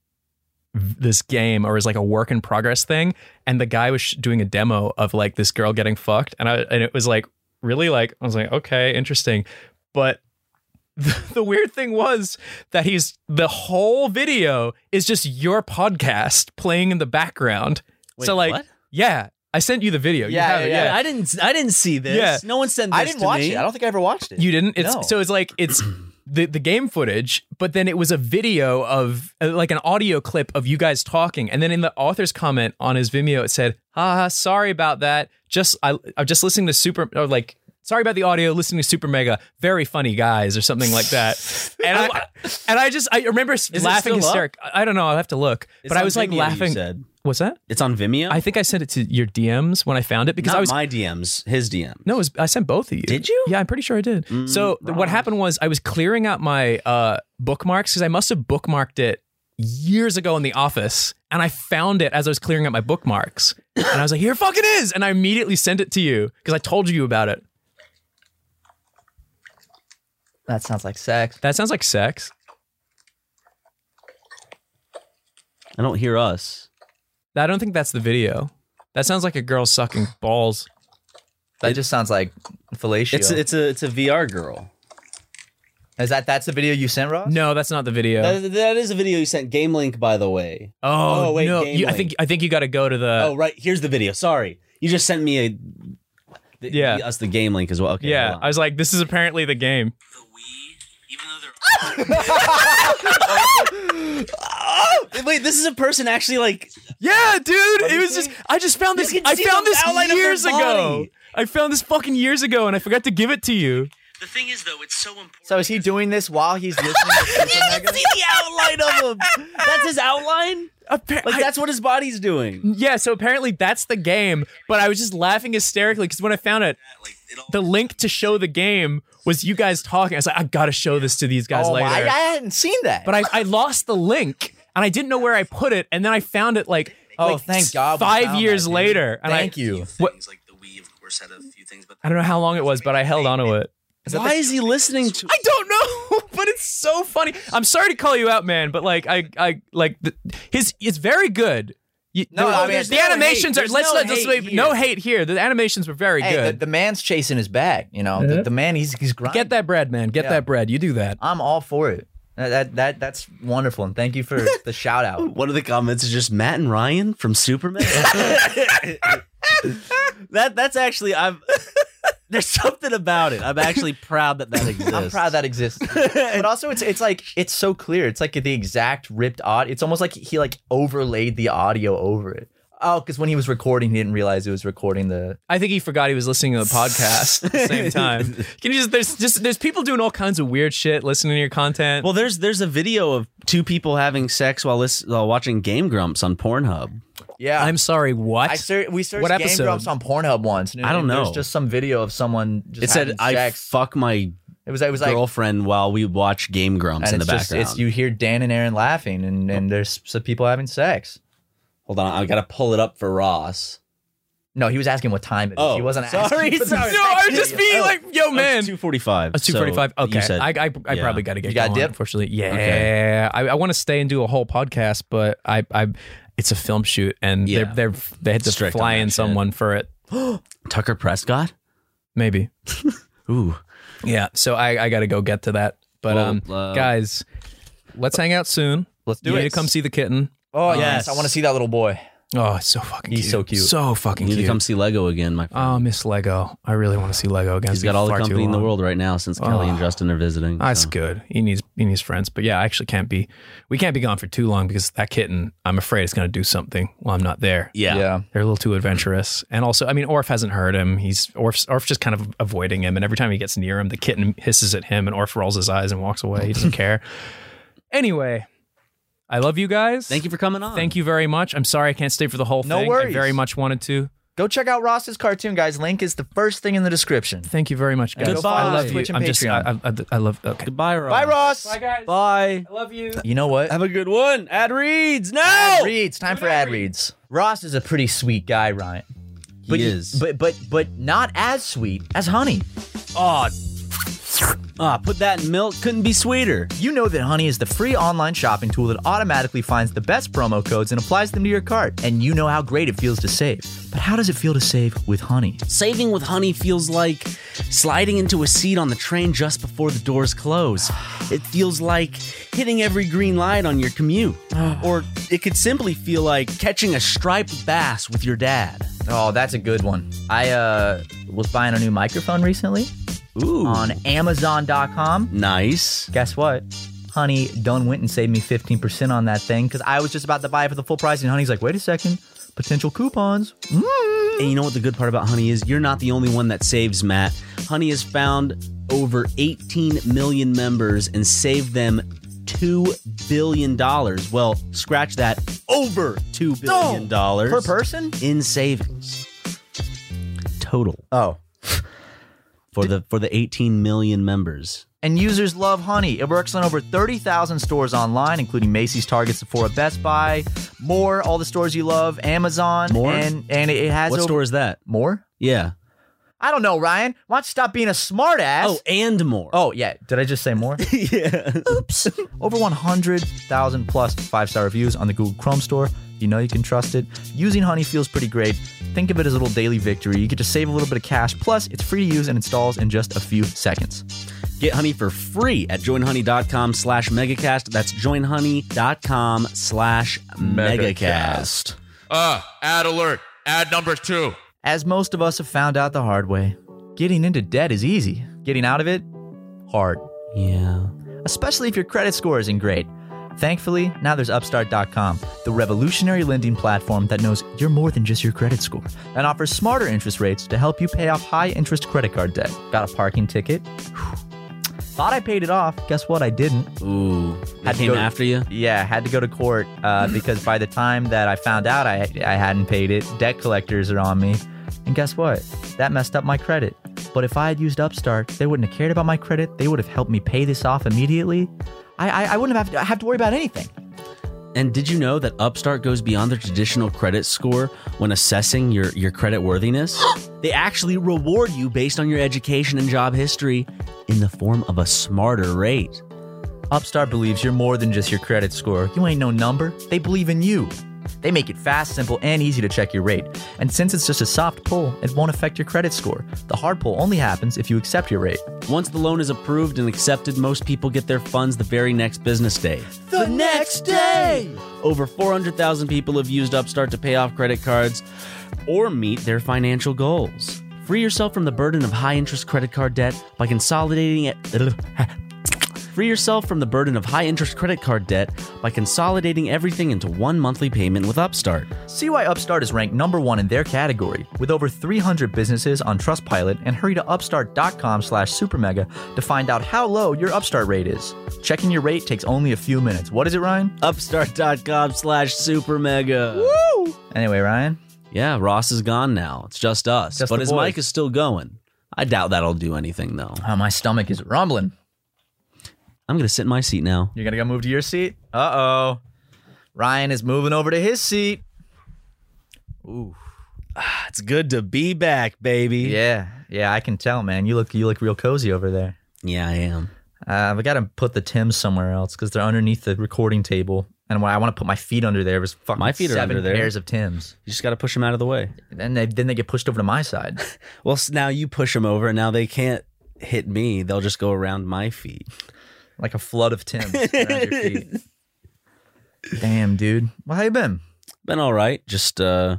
E: this game or is like a work in progress thing and the guy was sh- doing a demo of like this girl getting fucked and I and it was like really like I was like okay interesting but the, the weird thing was that he's the whole video is just your podcast playing in the background so like
H: what?
E: yeah I sent you the video you
D: Yeah,
E: have it,
D: yeah, yeah.
H: I didn't. I didn't see this.
E: Yeah.
H: No one sent. This
D: I didn't
H: to
D: watch
H: me.
D: it. I don't think I ever watched it.
E: you didn't. It's
D: No.
E: so it's like it's the the game footage, but then it was a video of uh, like an audio clip of you guys talking, and then in the author's comment on his Vimeo, it said, "Ah, sorry about that. Just I I'm just listening to super or like." Sorry about the audio. Listening to Super Mega, very funny guys, or something like that. And I, and I just I remember
H: it
E: laughing
H: still up?
E: hysteric. I I don't know. I'll have to look.
C: It's
E: but I
C: on
E: was like
C: Vimeo, you
E: laughing.
C: said.
E: What's that?
C: It's on Vimeo.
E: I think I sent it to your DMs when I found it because
C: Not
E: I was
C: my DMs, his DM.
E: no, it was, I sent both of you.
C: Did you? Mm,
E: Yeah, I'm pretty sure I did. so th- what happened was I was clearing out my uh, bookmarks because I must have bookmarked it years ago in the office, and I found it as I was clearing out my bookmarks, and I was like, "Here, it fucking is!" And I immediately sent it to you because I told you about it.
D: That sounds like sex.
E: That sounds like sex.
C: I don't hear us.
E: I don't think that's the video. That sounds like a girl sucking balls.
D: That just sounds like fellatio.
C: It's a, it's a it's a VR girl.
D: Is that that's the video you sent, Ross?
E: No, that's not the video.
C: That, that is a video you sent. Game link, by the way.
E: oh,
C: oh, wait,
E: no,
C: Game
E: you, I
C: Link.
E: think I think you got to go to the.
C: oh, right. Here's the video. Sorry, you just sent me a. The,
E: Yeah.
C: us the game link as well. Okay,
E: yeah,
C: hold
E: I
C: on.
E: was like, this is apparently the game.
C: Oh, wait, this is a person actually like
E: Yeah, dude, it was just
C: Honestly?
E: I just found this.
C: You can
E: I
C: see
E: found
C: the
E: this
C: outline of their
E: years ago.
C: body.
E: I found this fucking years ago, and I forgot to give it to you.
I: The thing is, though, it's so important.
D: So is he doing this while he's listening? to Super Mega?
C: see the outline of him. That's his outline.
E: Appar-
C: Like
E: I-
C: that's what his body's doing.
E: yeah, so apparently that's the game. But I was just laughing hysterically because when I found it,
I: Like, it all
E: the link to show the game was you guys talking. I was like, I gotta show this to these guys
D: Oh,
E: later.
D: I, I hadn't seen that.
E: but I, I lost the link and I didn't know where I put it, and then I found it like
D: oh,
E: like,
D: thank God! we
E: five
D: found
E: years
D: that, dude.
E: later. And
D: thank
E: I,
D: you.
E: What-
I: things, like the Wii, of course, had a few things, but
E: I don't know how long it was, but I held on to it.
C: Why is he listening to?
E: I don't know, but it's so funny. I'm sorry to call you out, man, but like I, I like the, his. It's very good. You-
D: No,
E: the,
D: I mean,
E: the
D: there's no
E: animations
D: hate.
E: are.
D: There's
E: Let's
D: no
E: let this
D: hate
E: way.
D: here.
E: No hate here. The animations were very
D: Hey, the,
E: good.
D: the man's chasing his bag. You know, the, the man he's he's grinding.
E: Get that bread, man. Get
D: Yeah.
E: that bread. You do that.
D: I'm all for it. That, that that that's wonderful, and thank you for the shout out.
C: One of the comments is just Matt and Ryan from Superman. that that's actually I'm. There's something about it. I'm actually proud that that exists.
D: I'm proud that exists, but also it's it's like it's so clear. It's like the exact ripped audio. It's almost like he like overlaid the audio over it. Oh, because when he was recording, he didn't realize it was recording the.
E: I think he forgot he was listening to the podcast at the same time. Can you just there's just there's people doing all kinds of weird shit listening to your content.
C: Well, there's there's a video of two people having sex while lis- while watching Game Grumps on Pornhub.
D: Yeah,
E: I'm sorry. What?
D: I ser- we searched
E: What
D: Game
E: episode?
D: Grumps on Pornhub once. And
C: I don't
D: There's
C: know.
D: just some video of someone just
C: It said,
D: having
C: "I
D: sex.
C: fuck my
D: it was it was like
C: girlfriend while we watch Game Grumps
D: and
C: in the
D: it's just
C: background."
D: it's you hear Dan and Aaron laughing and and there's some people having sex.
C: Hold on, I gotta pull it up for Ross.
D: No, he was asking what time it is.
C: Oh,
D: he wasn't
C: sorry,
D: asking. for the-
E: no, I was just being like, yo, Oh, man.
C: two forty five.
E: It's two forty-five. Okay,
C: you said,
E: I I, I
C: yeah.
E: probably got to get
D: You got
E: going,
D: dip?
E: Unfortunately, yeah.
C: Okay.
E: I, I want to stay and do a whole podcast, but I I it's a film shoot and
C: Yeah.
E: they're they're they had to
C: Strict on
E: fly
C: that
E: in
C: shit.
E: someone for it.
C: Tucker Prescott.
E: Maybe.
C: Ooh,
E: Yeah. So I I got to go get to that. But
C: Well,
E: um,
C: uh,
E: guys, let's hang out soon.
D: Let's do
E: you
D: it.
E: Need to come see the kitten.
D: Oh
C: Yes.
D: yes, I want to see that little boy.
E: Oh, it's so fucking.
D: He's
E: cute.
D: so cute.
E: So fucking
C: you need to
E: cute.
C: come see Lego again, my friend.
E: oh, Miss Lego. I really want to see Lego again. It's
C: He's got
E: been
C: all the
E: far too
C: company in the
E: long.
C: world right now since Kelly and Justin are visiting.
E: That's
C: so.
E: good. He needs he needs friends. But yeah, I actually can't be we can't be gone for too long because that kitten, I'm afraid it's gonna do something while I'm not there.
C: Yeah.
E: They're a little too adventurous. And also, I mean, Orf hasn't heard him. He's Orf's Orf's just kind of avoiding him, and every time he gets near him, the kitten hisses at him and Orf rolls his eyes and walks away. He doesn't care. Anyway, I love you guys.
C: Thank you for coming on.
E: Thank you very much. I'm sorry I can't stay for the whole
D: No
E: thing. I
D: worries.
E: very much wanted to.
D: Go check out Ross's cartoon, guys. Link is the first thing in the description.
E: Thank you very much, guys.
D: go follow
E: I
D: us
E: love
D: on
E: you.
D: Twitch and
E: I'm just I, I, I love okay.
C: Goodbye, Ross.
D: Bye, Ross.
E: guys.
C: Bye.
E: I love you.
D: You know what?
C: Have a good one. Ad reads now.
D: Ad reads. Time for ad reads. Ross is a pretty sweet guy, Ryan. But
C: he is.
D: But but but not as sweet as honey.
C: Aw. Ah, put that in milk. Couldn't be sweeter.
D: You know that Honey is the free online shopping tool that automatically finds the best promo codes and applies them to your cart. And you know how great it feels to save. But how does it feel to save with Honey?
C: Saving with honey feels like sliding into a seat on the train just before the doors close. It feels like hitting every green light on your commute. or it could simply feel like catching a striped bass with your dad.
D: Oh, that's a good one. I uh, was buying a new microphone recently
C: Ooh.
D: on Amazon.com.
C: Nice.
D: Guess what? Honey done went and saved me 15% on that thing because I was just about to buy it for the full price. And Honey's like, wait a second, potential coupons. Mm.
C: And you know what the good part about Honey is? You're not the only one that saves, Matt. Honey has found over 18 million members and saved them $2 billion. Well, scratch that. Over $2 billion.
D: Per person?
C: in savings total
D: Oh.
C: for the for the 18 million members.
D: and users love honey. It works on over 30,000 stores online, including Macy's, Target, Sephora, Best Buy, more, all the stores you love, Amazon,
C: More?
D: and and it has
C: What
D: over-
C: store is that?
D: more.
C: Yeah.
D: I don't know, Ryan. Why don't you stop being a smartass?
C: Oh, and more.
D: Oh, yeah. Did I just say more?
C: yeah.
D: Oops. Over 100,000 plus five star reviews on the Google Chrome store. You know you can trust it. Using Honey feels pretty great. Think of it as a little daily victory. You get to save a little bit of cash. Plus, it's free to use and installs in just a few seconds.
C: Get Honey for free at joinhoney.com slash megacast. That's joinhoney.com slash megacast.
G: Uh, ad alert. Ad number two.
D: As most of us have found out the hard way, getting into debt is easy. Getting out of it, hard.
C: Yeah.
D: especially if your credit score isn't great. Thankfully, now there's Upstart.com, the revolutionary lending platform that knows you're more than just your credit score and offers smarter interest rates to help you pay off high interest credit card debt. Got a parking ticket? Whew. Thought I paid it off. Guess what? I didn't.
C: Ooh. That
D: Had to
C: came
D: go-
C: after you?
D: Yeah, had to go to court uh, because by the time that I found out I, I hadn't paid it, debt collectors are on me. And guess what? That messed up my credit. But if I had used Upstart, they wouldn't have cared about my credit. They would have helped me pay this off immediately. I, I, I wouldn't have to, have to worry about anything.
C: And did you know that Upstart goes beyond the traditional credit score when assessing your, your credit worthiness? they actually reward you based on your education and job history in the form of a smarter rate.
D: Upstart believes you're more than just your credit score. You ain't no number. They believe in you. They make it fast, simple, and easy to check your rate. And since it's just a soft pull, it won't affect your credit score. The hard pull only happens if you accept your rate.
C: Once the loan is approved and accepted, most people get their funds the very next business day.
D: The next day!
C: Over 400,000 people have used Upstart to pay off credit cards or meet their financial goals. Free yourself from the burden of high interest credit card debt by consolidating it. Free yourself from the burden of high interest credit card debt by consolidating everything into one monthly payment with Upstart.
D: See why Upstart is ranked number one in their category, with over 300 businesses on Trustpilot, and hurry to upstart.com slash supermega to find out how low your Upstart rate is. Checking your rate takes only a few minutes. What is it, Ryan?
C: Upstart.com slash super mega.
D: Anyway, Ryan,
C: Yeah, Ross is gone now. It's just us.
D: Just
C: but
D: the
C: his
D: boys.
C: mic is still going. I doubt that'll do anything though.
D: oh, my stomach is rumbling.
C: I'm gonna sit in my seat now.
D: You're gonna go move to your seat? Uh oh. Ryan is moving over to his seat.
C: It's good to be back, baby.
D: Yeah, yeah, I can tell, man. You look, you look real cozy over there.
C: Yeah, I am.
D: Uh, we gotta put the Tims somewhere else because they're underneath the recording table, and when I want to put my feet under there, there's fucking
C: My feet are
D: seven
C: under there.
D: pairs of Tims.
C: You just got to push them out of the way.
D: Then they then they get pushed over to my side.
C: Well, s- now you push them over, and now they can't hit me. They'll just go around my feet.
D: like a flood of Tims around your feet. Damn, dude. Well, how you been?
C: Been all right. Just uh,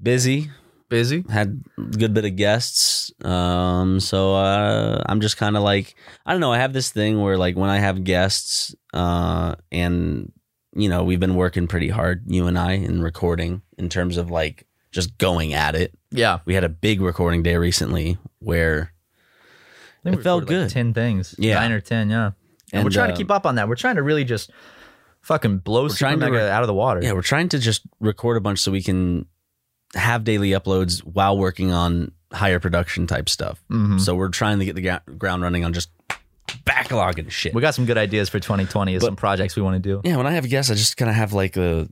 C: busy.
D: Busy?
C: Had a good bit of guests. Um, so uh, I'm just kind of like I don't know. I have this thing where like when I have guests, uh, and you know we've been working pretty hard, you and I, in recording in terms of like just going at it.
D: Yeah.
C: We had a big recording day recently where
D: I think
C: It felt
D: recorded, like,
C: good.
D: ten things.
C: Yeah.
D: Nine or ten, yeah. And,
C: And,
D: we're trying
C: um,
D: to keep up on that. We're trying to really just fucking blow Super
C: trying to
D: Mega
C: re-
D: out of the water.
C: Yeah, we're trying to just record a bunch so we can have daily uploads while working on higher production type stuff.
D: Mhm.
C: So we're trying to get the ga- ground running on just backlogging shit.
D: We got some good ideas for 2020 as
C: But-
D: some projects we want to do.
C: yeah, when I have guests, I just kind of have like a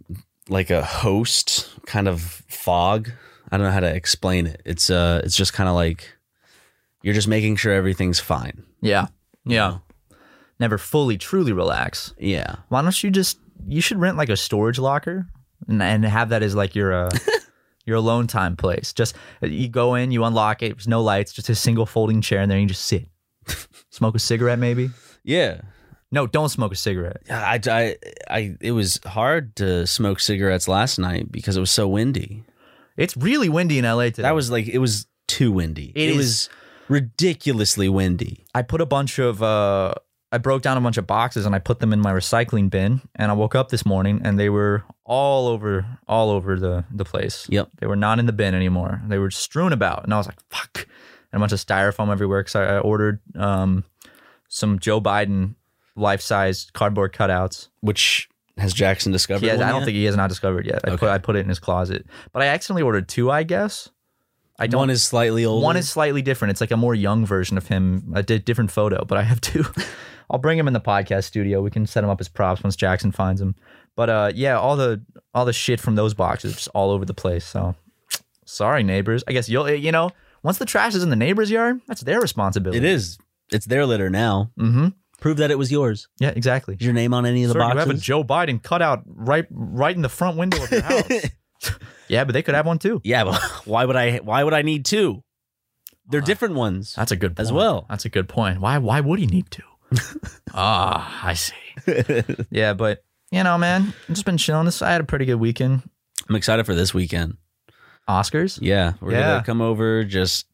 C: like a host kind of fog. I don't know how to explain it. It's uh, it's just kind of like you're just making sure everything's fine.
D: Yeah. Yeah. Never fully truly relax.
C: Yeah,
D: Why don't you just you should rent like a storage locker and, and have that as like your uh your alone time place. Just uh, you go in, you unlock it, there's no lights, just a single folding chair in there and you just sit. smoke a cigarette maybe?
C: yeah.
D: No, don't smoke a cigarette.
C: I, I, I, it was hard to smoke cigarettes last night because it was so windy.
D: It's really windy in LA today.
C: That was like it was too windy.
D: It
C: It,
D: is-
C: was ridiculously windy.
D: I put a bunch of uh I broke down a bunch of boxes and I put them in my recycling bin and I woke up this morning and they were all over all over the the place.
C: Yep.
D: They were not in the bin anymore. They were strewn about and I was like, "Fuck." And a bunch of styrofoam everywhere cuz I, I ordered um some Joe Biden life-size cardboard cutouts.
C: Which has Jackson discovered?
D: He has,
C: one
D: I don't
C: yet?
D: think he has not discovered yet. I put
C: Okay.
D: I put it in his closet. But I accidentally ordered two, I guess. I don't
C: one is slightly older.
D: one is slightly different. It's like a more young version of him, a di- different photo, but I have two. I'll bring him in the podcast studio. We can set him up as props once Jackson finds him. But uh, yeah, all the all the shit from those boxes just all over the place. So sorry, neighbors. I guess you'll you know once the trash is in the neighbor's yard, that's their responsibility.
C: It is. It's their litter now.
D: Mm-hmm.
C: Prove that it was yours.
D: Yeah, exactly.
C: Is your name on any of the
D: Sir, you have a
C: boxes?
D: Joe Biden cutout right right in the front window of your house. yeah, but they could have one too.
C: yeah, but why would I? Why would I need two?
D: Uh,
J: They're different ones.
K: That's a good point.
J: As well.
K: That's a good point. Why why would he need to? Ah, I see.
D: yeah, but you know, man, I've just been chilling. This I had a pretty good weekend.
C: I'm excited for this weekend.
D: Oscars.
C: Yeah, we're
D: Yeah.
C: gonna come over, just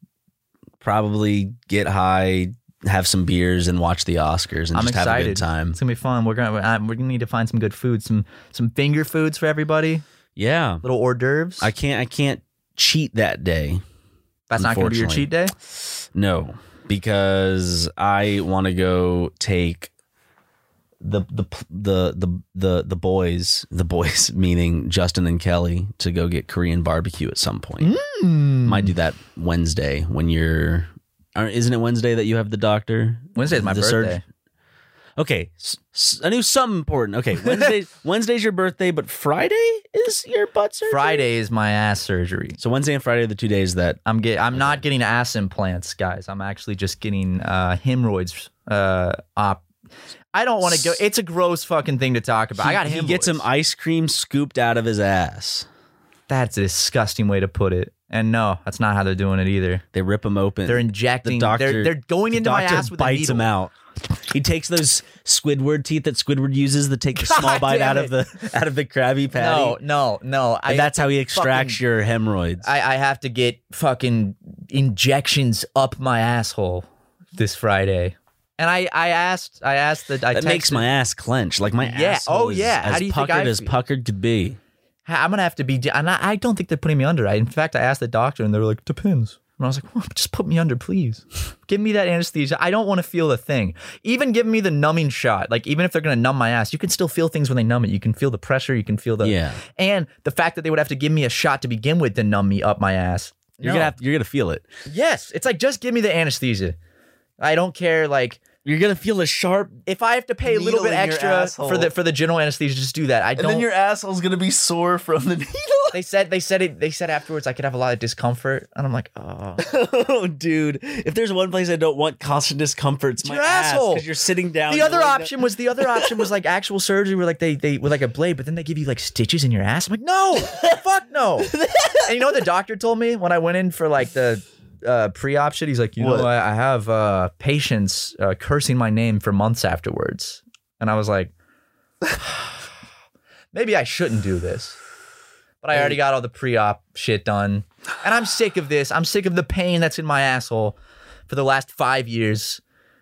C: probably get high, have some beers, and watch the Oscars, and
D: I'm
C: just have a
D: excited.
C: good time.
D: It's gonna be fun. We're gonna I- we're gonna need to find some good food, some some finger foods for everybody.
C: Yeah,
D: Little hors d'oeuvres.
C: I can't. I can't cheat that day.
D: That's not gonna be your
C: unfortunately.
D: cheat day.
C: No, because I want to go take the the the the the the boys, the boys, meaning Justin and Kelly, to go get Korean barbecue at some point.
D: Hmm.
C: Might do that Wednesday when you're. aren't- Isn't it Wednesday that you have the doctor?
D: Wednesday's my
C: The surg-
D: birthday.
C: Okay, s- s- I knew something important. Okay, Wednesday, Wednesday's your birthday, but Friday is your butt surgery.
D: Friday is my ass surgery.
C: So Wednesday and Friday are the two days that
D: I'm get I'm not getting ass implants, guys. I'm actually just getting uh hemorrhoids uh op I don't want to go. It's a gross fucking thing to talk about. I got
C: he
D: hemorrhoids.
C: gets him ice cream scooped out of his ass.
D: That's a disgusting way to put it. And no, that's not how they're doing it either.
C: They rip him open.
D: They're
C: the
D: injecting.
C: doctor.
D: they're, they're going
C: the
D: into my
C: doctor
D: ass with
C: bites
D: a
C: him
D: needle.
C: out. He takes those Squidward teeth that Squidward uses to take the small
D: God
C: bite
D: damn
C: out of the out of the Krabby Patty.
D: No, no, no. I,
C: and that's how he extracts
D: fucking-
C: your hemorrhoids.
D: I, I have to get fucking injections up my asshole this Friday. And I, I asked, I asked that. I
C: that makes
D: texted-
C: my ass clench. Like my
D: Yeah.
C: asshole
D: Oh,
C: is
D: yeah.
C: As
D: How do you think
C: puckered
D: I
C: as
D: feel?
C: puckered could be.
D: Ha- I'm gonna have to be. de- And I, I don't think they're putting me under. I, in fact, I asked the doctor, and they were like, "Depends." And I was like, well, "Just put me under, please. Give me that anesthesia. I don't want to feel a thing. Even give me the numbing shot. Like, even if they're gonna numb my ass, you can still feel things when they numb it. You can feel the pressure. You can feel the
C: Yeah.
D: And the fact that they would have to give me a shot to begin with to numb me up my ass.
C: You're
D: No.
C: gonna have, you're gonna feel it.
D: Yes, it's like just give me the anesthesia. I don't care. Like
C: You're gonna feel a sharp.
D: if I have to pay a little bit
K: Needle in your
D: extra
K: asshole.
D: for the for the general anesthesia, just do that. I
K: And
D: don't.
K: then your asshole's gonna be sore from the needle.
D: they said they said it. They said afterwards I could have a lot of discomfort, and I'm like, oh,
C: Oh, dude! If there's one place I don't want constant discomfort, it's my
D: your
C: ass,
D: asshole.
C: 'cause You're sitting down.
D: the
C: you're
D: other
C: laying down-
D: option was the other option was like actual surgery where like they they with like a blade, but then they give you like stitches in your ass. I'm like, no, fuck no. and you know what the doctor told me when I went in for like the uh, pre-op shit? He's like, you know, I, I have uh, patients uh, cursing my name for months afterwards, and I was like, maybe I shouldn't do this. But I already got all the pre-op shit done, and I'm sick of this. I'm sick of the pain that's in my asshole for the last five years.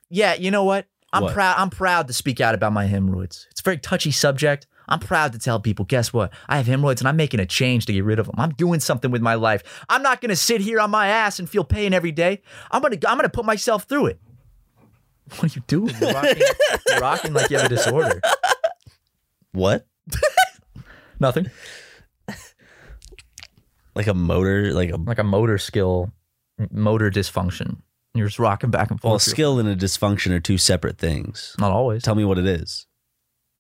D: Yeah, you know what? I'm
C: What?
D: proud. I'm proud to speak out about my hemorrhoids. It's a very touchy subject. I'm proud to tell people, guess what? I have hemorrhoids and I'm making a change to get rid of them. I'm doing something with my life. I'm not gonna sit here on my ass and feel pain every day. I'm gonna I'm gonna put myself through it. What are you doing? You're rocking, you're rocking like you have a disorder.
C: What?
D: Nothing.
C: Like a motor? Like a
D: Like a motor skill, m- motor dysfunction. You're just rocking back and forth.
C: Well, skill and a dysfunction are two separate things.
D: Not always.
C: Tell me what it is.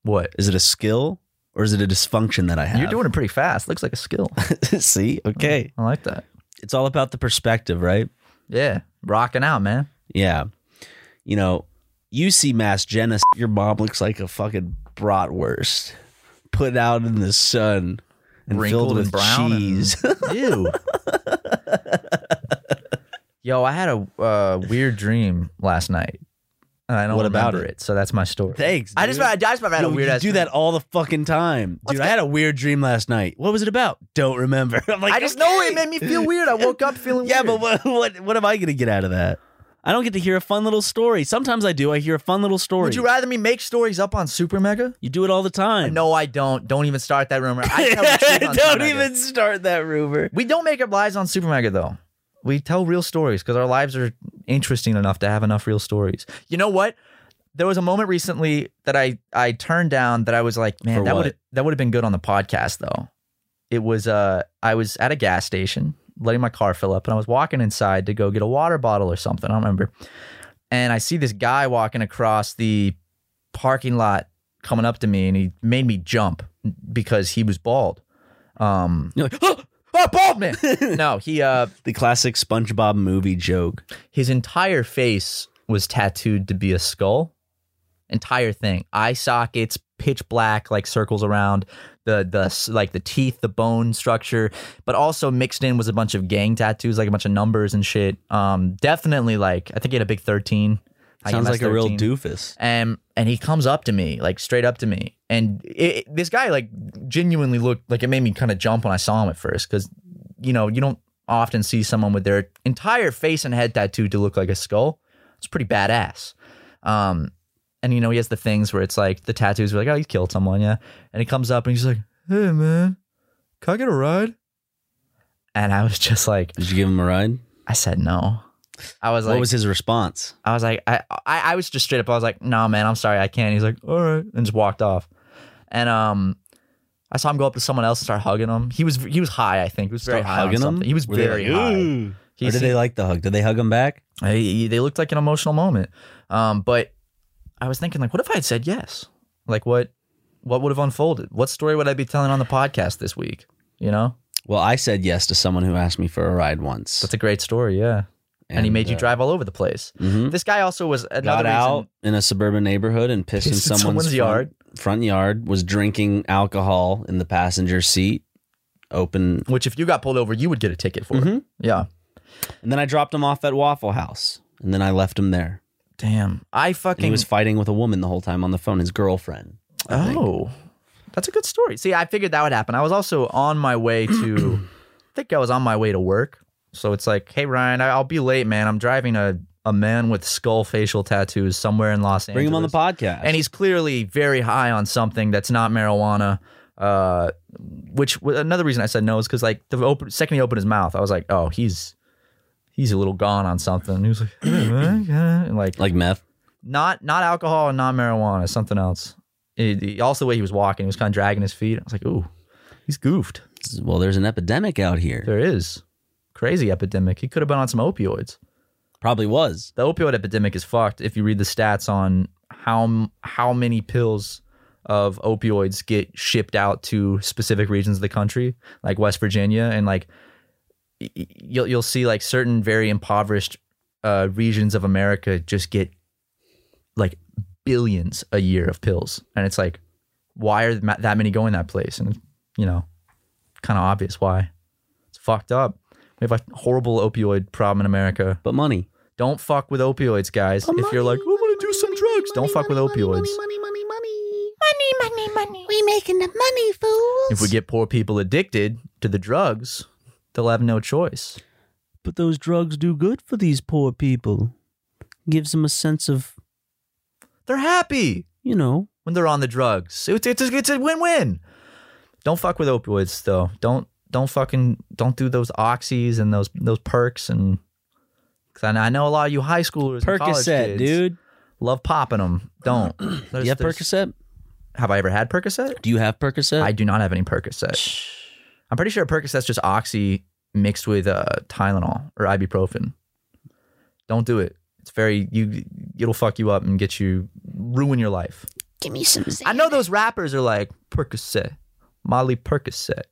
D: What?
C: Is it a skill or is it a dysfunction that I have?
D: You're doing it pretty fast. Looks like a skill.
C: it. See? Okay.
D: I like that.
C: It's all about the perspective, right?
D: Yeah, rocking out, man.
C: Yeah. You know, you see mass genocide. Your mom looks like a fucking bratwurst put out in the sun and
D: Wrinkled
C: filled
D: and
C: with
D: brown and-
C: cheese.
D: Ew. Yo, I had a uh, weird dream last night. And I don't
C: What about
D: remember it? so that's my story.
C: Thanks.
D: I just,
C: dude.
D: I just had a
C: Yo,
D: weird
C: you
D: ass
C: do that all the fucking time, dude. I had a weird dream last night. What was it about? Don't remember. I'm like,
D: I just know it
C: okay.
D: made me feel weird. I woke up feeling
C: Yeah,
D: weird.
C: but what, what what am I going to get out of that? I don't get to hear a fun little story. Sometimes I do. I hear a fun little story.
D: would you rather me make stories up on Super Mega?
C: You do it all the time.
D: No, I don't. Don't even start that rumor. I tell the truth on Super
C: don't
D: Mega.
C: even start that rumor.
D: We don't make up lies on Super Mega though. We tell real stories because our lives are interesting enough to have enough real stories. You know what? There was a moment recently that I I turned down that I was like, man,
C: For
D: that
C: what?
D: would that would have been good on the podcast though. It was uh I was at a gas station letting my car fill up and I was walking inside to go get a water bottle or something. I don't remember. And I see this guy walking across the parking lot coming up to me and he made me jump because he was bald. Um
C: You're like, "Huh!"
D: Oh, bald man. no, he uh
C: the classic SpongeBob movie joke.
D: his entire face was tattooed to be a skull. Entire thing. Eye sockets, pitch black like circles around the the s- like the teeth, the bone structure, but also mixed in was a bunch of gang tattoos, like a bunch of numbers and shit. Um, definitely like I think he had a big thirteen. I E think
J: Sounds like a real
D: MS-13.
J: doofus.
D: Um, and he comes up to me, like straight up to me. And it, it- this guy, like, genuinely looked like it made me kind of jump when I saw him at first because, you know, you don't often see someone with their entire face and head tattooed to look like a skull. It's pretty badass. Um, and, you know, he has the things where it's like the tattoos were like, oh, he killed someone, yeah. And he comes up and he's like, hey, man, can I get a ride? And I was just like,
C: Did you give him a ride?
D: I said no. I was like,
C: what was his response?
D: I was like, I, I, I was just straight up. I was like, no, man, I'm sorry, I can't. He's like, all right, and just walked off. And um, I saw him go up to someone else and start hugging him. He was he was high, I think. He was very
C: Start
D: high on
C: hugging him?
D: something. He was
C: Were they
D: very
C: like,
D: high.
C: "Ooh." Or did they like the hug? Did they hug him back?
D: I, they looked like an emotional moment. Um, but I was thinking, like, what if I had said yes? Like, what what would have unfolded? What story would I be telling on the podcast this week? You know,
C: Well, I said yes to someone who asked me for a ride once.
D: that's a great story, yeah. And, he
C: And,
D: made you
C: uh,
D: drive all over the place.
C: Mhm.
D: This guy also was another
C: Got
D: reason-
C: out in a suburban neighborhood and pissed in
D: Pissed in
C: someone's, front,
D: someone's yard.
C: Front yard was drinking alcohol in the passenger seat. Open.
D: which if you got pulled over, you would get a ticket for
C: Mm-hmm.
D: it. Yeah.
C: And then I dropped him off at Waffle House, and then I left him there.
D: Damn. I
C: And he
D: fucking
C: was fighting with a woman the whole time on the phone, his girlfriend.
D: Oh. That's a good story. See, I figured that would happen. I was also on my way to I think I was on my way to work. So it's like, "Hey Ryan, I- I'll be late, man. I'm driving a a man with skull facial tattoos somewhere in Los Angeles."
C: Bring him on the podcast.
D: And he's clearly very high on something that's not marijuana. Uh, which w- another reason I said no is because like the open, second he opened his mouth, I was like, oh, he's he's a little gone on something. He was like, "Hey, man, yeah," and like
C: like meth.
D: not not alcohol and not marijuana, something else. It- it- also, the way he was walking, he was kind of dragging his feet. I was like, ooh, he's goofed.
C: Well, there's an epidemic out here.
D: There is crazy epidemic. He could have been on some opioids.
C: Probably was.
D: The opioid epidemic is fucked. If you read the stats on how m- how many pills of opioids get shipped out to specific regions of the country, like West Virginia, and like y- y- you'll you'll see like certain very impoverished uh, regions of America just get like billions a year of pills, and it's like why are ma- that many going that place? And you know, kind of obvious why. It's fucked up. We have a horrible opioid problem in America.
C: But money.
D: Don't fuck with opioids, guys. if you're like, I want to do some drugs, don't fuck with opioids.
L: Money, money. We making the money, fools.
D: If we get poor people addicted to the drugs, they'll have no choice.
J: But those drugs do good for these poor people. Gives them a sense of,
D: They're happy
J: you know,
D: when they're on the drugs. It's, it's, a, it's a win-win. Don't fuck with opioids, though. Don't don't fucking don't do those oxys and those those perks and. Cause I know, I know a lot of you high schoolers, and college
J: Percocet,
D: kids
J: dude.
D: love popping them. Don't. There's-
J: You have
D: there's-
J: Percocet?
D: Have I ever had Percocet?
J: Do you have Percocet?
D: I do not have any Percocet. I'm pretty sure Percocet's just oxy mixed with uh, Tylenol or ibuprofen. Don't do it. It's very you. It'll fuck you up and get you ruin your life.
L: Give me some. Xan-
D: I know those rappers are like Percocet, Molly Percocet.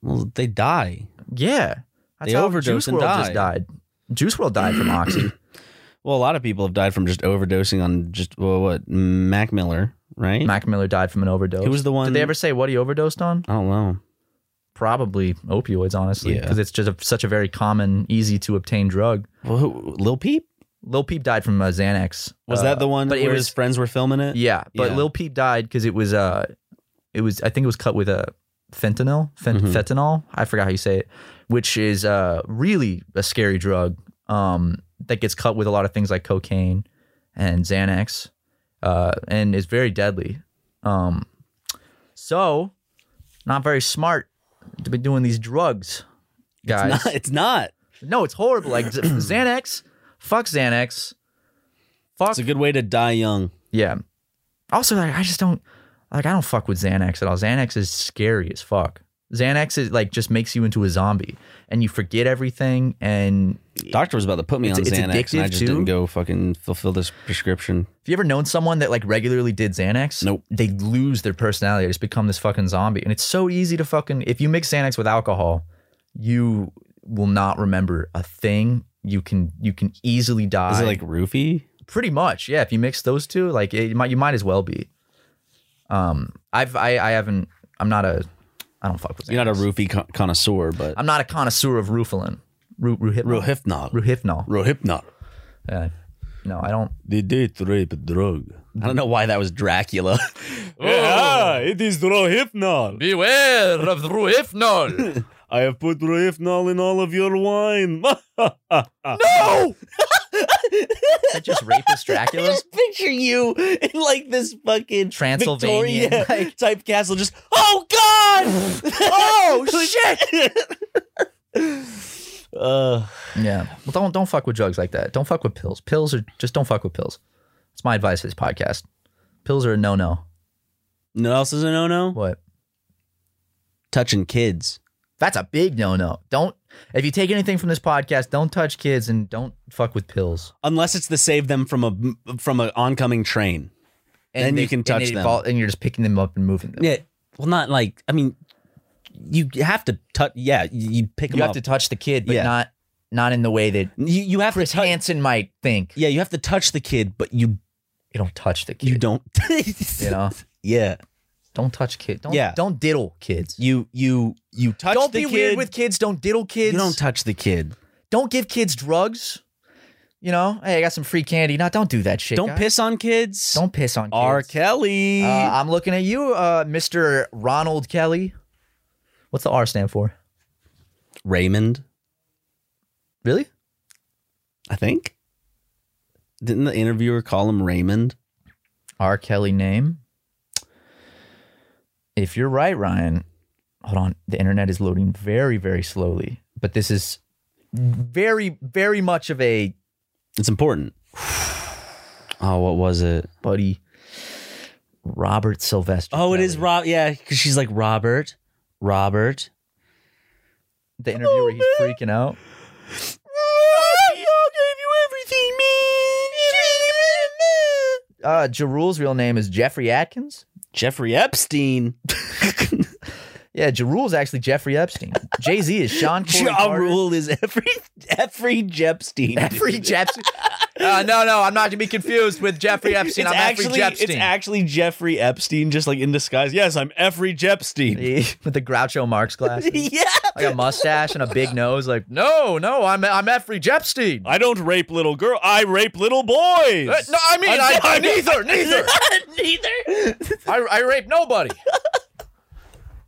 C: Well, they die.
D: Yeah,
C: They
D: how
C: overdose
D: Juice
C: and
D: WRLD
C: die.
D: Just died. Juice World died from oxy.
C: Well, a lot of people have died from just overdosing on just well, what Mac Miller, right?
D: Mac Miller died from an overdose.
C: Who was the one?
D: Did they ever say what he overdosed on?
C: I don't know.
D: Probably opioids, honestly,
C: Yeah.
D: because it's just a, such a very common, easy to obtain drug.
C: Well, who, Lil Peep
D: Lil Peep died from uh, Xanax.
C: was
D: Uh,
C: that the one
D: but it
C: where
D: was-
C: his friends were filming it?
D: Yeah, but
C: Yeah.
D: Lil Peep died because it was uh, it was I think it was cut with a fentanyl, fent-
C: Mhm.
D: fentanyl. I forgot how you say it, which is uh really a scary drug um that gets cut with a lot of things like cocaine and Xanax, uh, and is very deadly. Um, so not very smart to be doing these drugs, guys.
C: It's not. It's not.
D: no, it's horrible. Like Z- Xanax, fuck Xanax. Fuck
C: It's a good way to die young.
D: yeah. Also, like, I just don't like. I don't fuck with Xanax at all. Xanax is scary as fuck. Xanax is like just makes you into a zombie, and you forget everything. And
C: Doctor was about to put me
D: It's-
C: on
D: it's
C: Xanax, and I
D: addictive,
C: just
D: too.
C: didn't go fucking fulfill this prescription.
D: have you ever known someone that like regularly did Xanax?
C: Nope.
D: They lose their personality. They just become this fucking zombie. And it's so easy to fucking if you mix Xanax with alcohol, you will not remember a thing. You can you can easily die.
C: Is it like Roofy?
D: pretty much yeah if you mix those two like it, you might you might as well be Um, I've I, I haven't. I'm not a. I don't fuck with.
C: You're not a roofie con- connoisseur, but
D: I'm not a connoisseur of Rufalin. Ru- Ruhipnol.
C: Ruhipnol.
D: Ruhipnol.
C: Rohypnol.
D: Yeah. No, I don't.
C: The date rape drug. I don't know why that was Dracula.
D: Oh.
M: Yeah,
C: it is Rohypnol.
M: Beware of Ruifnol.
C: I have put Rohypnol in all of your wine.
J: no!
D: that just rapist
J: I
D: Dracula?
J: just picture you in like this fucking
D: Transylvania,
J: Victorian type castle. Just oh god, oh shit.
D: Uh, yeah. Well, don't don't fuck with drugs like that. Don't fuck with pills. Pills are just don't fuck with pills. That's my advice for this podcast. Pills are a no no.
C: No else is a no no.
D: What?
C: Touching kids.
D: That's a big no no. Don't if you take anything from this podcast, don't touch kids and don't fuck with pills.
C: Unless it's to save them from a from an oncoming train, then
D: they-
C: you can touch
D: they
C: them.
D: fall- and you're just picking them up and moving them.
C: Yeah. Well, not like I mean, you have to touch. Yeah, you pick them
D: You
C: up.
D: have to touch the kid, but
C: Yeah.
D: not not in the way that
C: you, you have
D: Chris
C: to touch.
D: Hansen might think.
C: Yeah, you have to touch the kid, but you
D: You don't touch the kid.
C: you don't.
D: You know,
C: yeah.
D: don't touch kids. Don't,
C: Yeah.
D: don't diddle kids.
C: You you you touch
D: don't
C: the
D: be
C: kid.
D: weird with kids. Don't diddle kids.
C: you don't touch the kid.
D: don't give kids drugs. You know, hey, I got some free candy. No, don't do that shit.
C: Don't
D: guys.
C: piss on kids.
D: Don't piss on kids.
C: R. Kelly.
D: Uh, I'm looking at you, uh, Mr. Ronald Kelly. What's the R stand for?
C: Raymond,
D: Really?
C: I think. Didn't the interviewer call him Raymond?
D: R. Kelly name. If you're right, Ryan, hold on. The internet is loading very, very slowly, but this is very, very much of a
C: It's important. Oh, what was it?
D: buddy. Robert Sylvester.
J: Oh, it is
D: Kelly.
J: Rob. Yeah, because she's like Robert, Robert.
D: The interviewer,
J: Oh,
D: he's freaking out. Uh, ja Rule's real name is Jeffrey Atkins.
J: Jeffrey Epstein.
D: Yeah, Ja Rule's actually Jeffrey Epstein. Jay Z is Sean Corey
J: Ja
D: Carter.
J: Rule is every every Jepstein.
D: Jeffrey Jepstein. Uh, no, no, I'm not gonna be confused with Jeffrey Epstein.
J: It's
D: I'm
J: actually,
D: Jeffrey
J: It's
D: Jepstein.
J: actually Jeffrey Epstein, just like in disguise. Yes, I'm Jeffrey Jepstein.
D: with the Groucho Marx glasses,
J: yeah.
D: like a mustache and a big nose. Like, no, no, I'm I'm Jeffrey Jepstein.
J: I don't rape little girl. I rape little boys.
D: Uh, no, I mean, I- neither, neither.
J: neither.
D: I, I rape nobody.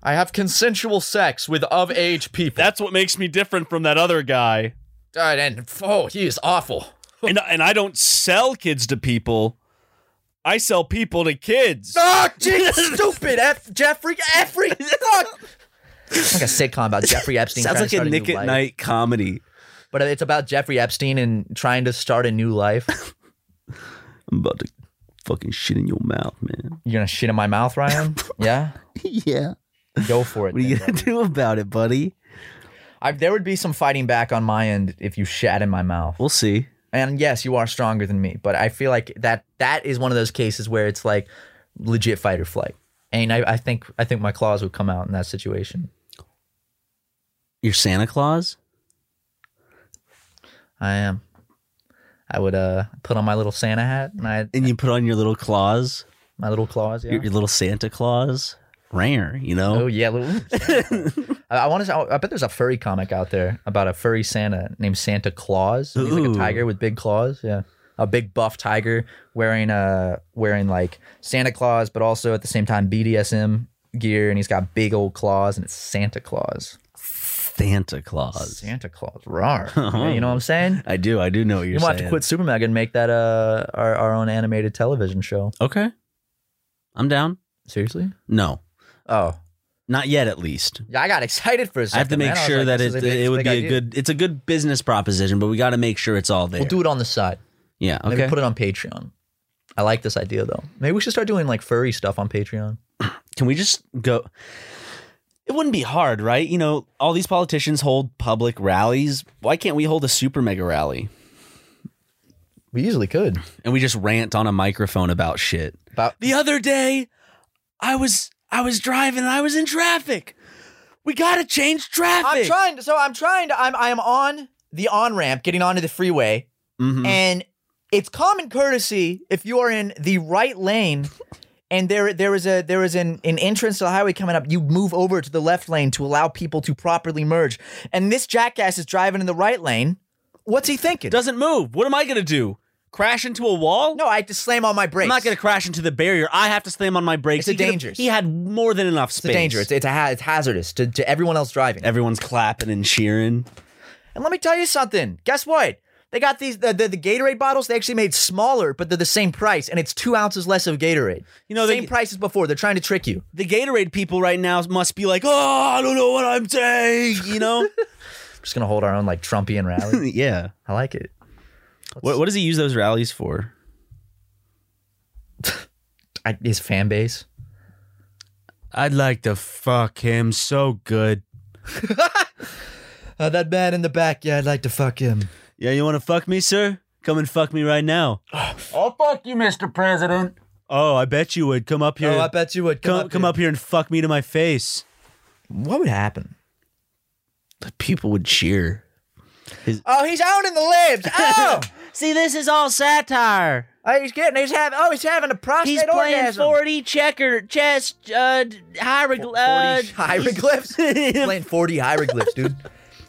D: I have consensual sex with of age people.
J: That's what makes me different from that other guy.
D: God, and oh, he is awful.
J: And and I don't sell kids to people. I sell people to kids.
D: Oh, geez, stupid F- Jeffrey Jeffrey. fuck. Like a sitcom about Jeffrey Epstein.
J: Sounds
D: trying
J: like
D: to
J: a
D: start new
J: Nick at
D: life.
J: Night comedy.
D: but it's about Jeffrey Epstein and trying to start a new life.
C: I'm about to fucking shit in your mouth, man.
D: You're gonna shit in my mouth, Ryan? yeah,
C: yeah.
D: go for it.
C: What are you
D: then,
C: gonna
D: buddy.
C: do about it, buddy?
D: I, there would be some fighting back on my end if you shat in my mouth.
C: We'll see.
D: And yes, you are stronger than me, but I feel like that that is one of those cases where it's like legit fight or flight. And I, I think I think my claws would come out in that situation.
C: You're Santa Claus?
D: I am. I would uh put on my little Santa hat and I
C: And you put on your little claws,
D: my little claws. Yeah.
C: your, your little Santa Claus. Rare, you know?
D: Oh yeah. little- I, I want to. I bet there's a furry comic out there about a furry Santa named Santa Claus. He's like
C: Ooh.
D: a tiger with big claws. Yeah, a big buff tiger wearing uh wearing like Santa Claus, but also at the same time BDSM gear, and he's got big old claws, and it's Santa Claus.
C: Santa Claus.
D: Santa Claus. Rar. Yeah, you know what I'm saying?
C: I do. I do know what you're
D: You might
C: saying.
D: have to quit Supermega and make that uh our, our own animated television show.
C: Okay. I'm down.
D: Seriously?
C: No.
D: Oh,
C: Not yet, at least.
D: yeah. I got excited for a second.
C: I have to make
D: man. I was
C: sure
D: like,
C: that
D: this
C: it,
D: is a big-
C: it would
D: big
C: be a
D: idea.
C: good, it's a good business proposition, but we got to make sure it's all there.
D: We'll do it on the side.
C: yeah. Okay.
D: Maybe put it on Patreon. I like this idea though. Maybe we should start doing like furry stuff on Patreon.
C: Can we just go? It wouldn't be hard, right? You know, all these politicians hold public rallies. Why can't we hold a super mega rally
D: We easily could.
C: and we just rant on a microphone about shit?
D: About
J: The other day, I was I was driving and I was in traffic. We gotta change traffic.
D: I'm trying to so I'm trying to I'm I'm on the on ramp getting onto the freeway
C: Mm-hmm.
D: and it's common courtesy if you are in the right lane and there there is a there is an, an entrance to the highway coming up. You move over to the left lane to allow people to properly merge. And this jackass is driving in the right lane. What's he thinking?
J: Doesn't move. What am I gonna do? Crash into a wall?
D: No, I have to slam on my brakes.
J: I'm not gonna crash into the barrier. I have to slam on my brakes.
D: It's a
J: He could've-
D: dangerous.
J: He had more than enough
D: It's a
J: space.
D: danger. It's, it's, a ha- it's hazardous to, to everyone else driving.
J: Everyone's clapping and cheering.
D: And let me tell you something. Guess what? They got these the, the, the Gatorade bottles. They actually made smaller, but they're the same price, and it's two ounces less of Gatorade. You know, same price as before. They're trying to trick you.
J: The Gatorade people right now must be like, oh, I don't know what I'm saying. You know?
D: just gonna hold our own like Trumpian rally.
J: yeah,
D: I like it.
J: What, what does he use those rallies for?
D: I, his fan base.
J: I'd like to fuck him so good.
D: Uh, that man in the back. Yeah, I'd like to fuck him.
J: Yeah, you want to fuck me, sir? Come and fuck me right now.
D: I'll fuck you, Mr. President.
J: Oh, I bet you would come up here.
D: Oh, I bet you would. Come
J: come,
D: up
J: come
D: here.
J: up here and fuck me to my face.
D: What would happen?
J: The people would cheer.
D: Oh, he's owning the libs. Oh,
J: See, this is all satire.
D: oh, he's getting. He's having. Oh, he's having a prostate
J: He's playing
D: orgasm.
J: 40 checker chess uh, hieroglyph. Uh,
D: hieroglyphs. playing 40 hieroglyphs, dude.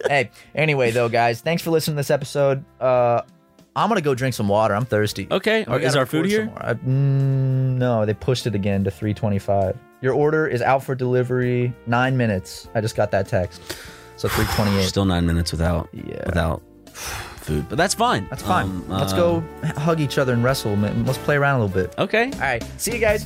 D: hey, anyway, though, guys, thanks for listening to this episode. Uh, I'm gonna go drink some water. I'm thirsty.
J: Okay,
C: Oh,
D: We
J: is
D: gotta
J: our food
D: record
J: here?
D: some more. I- mm, no, they pushed it again to 325. Your order is out for delivery nine minutes. I just got that text. So 328.
C: Still nine minutes without
D: Yeah.
C: without food, but that's fine.
D: That's fine.
C: Um,
D: Let's
C: uh,
D: go hug each other and wrestle. man. Let's play around a little bit.
J: okay.
D: All right. See you guys.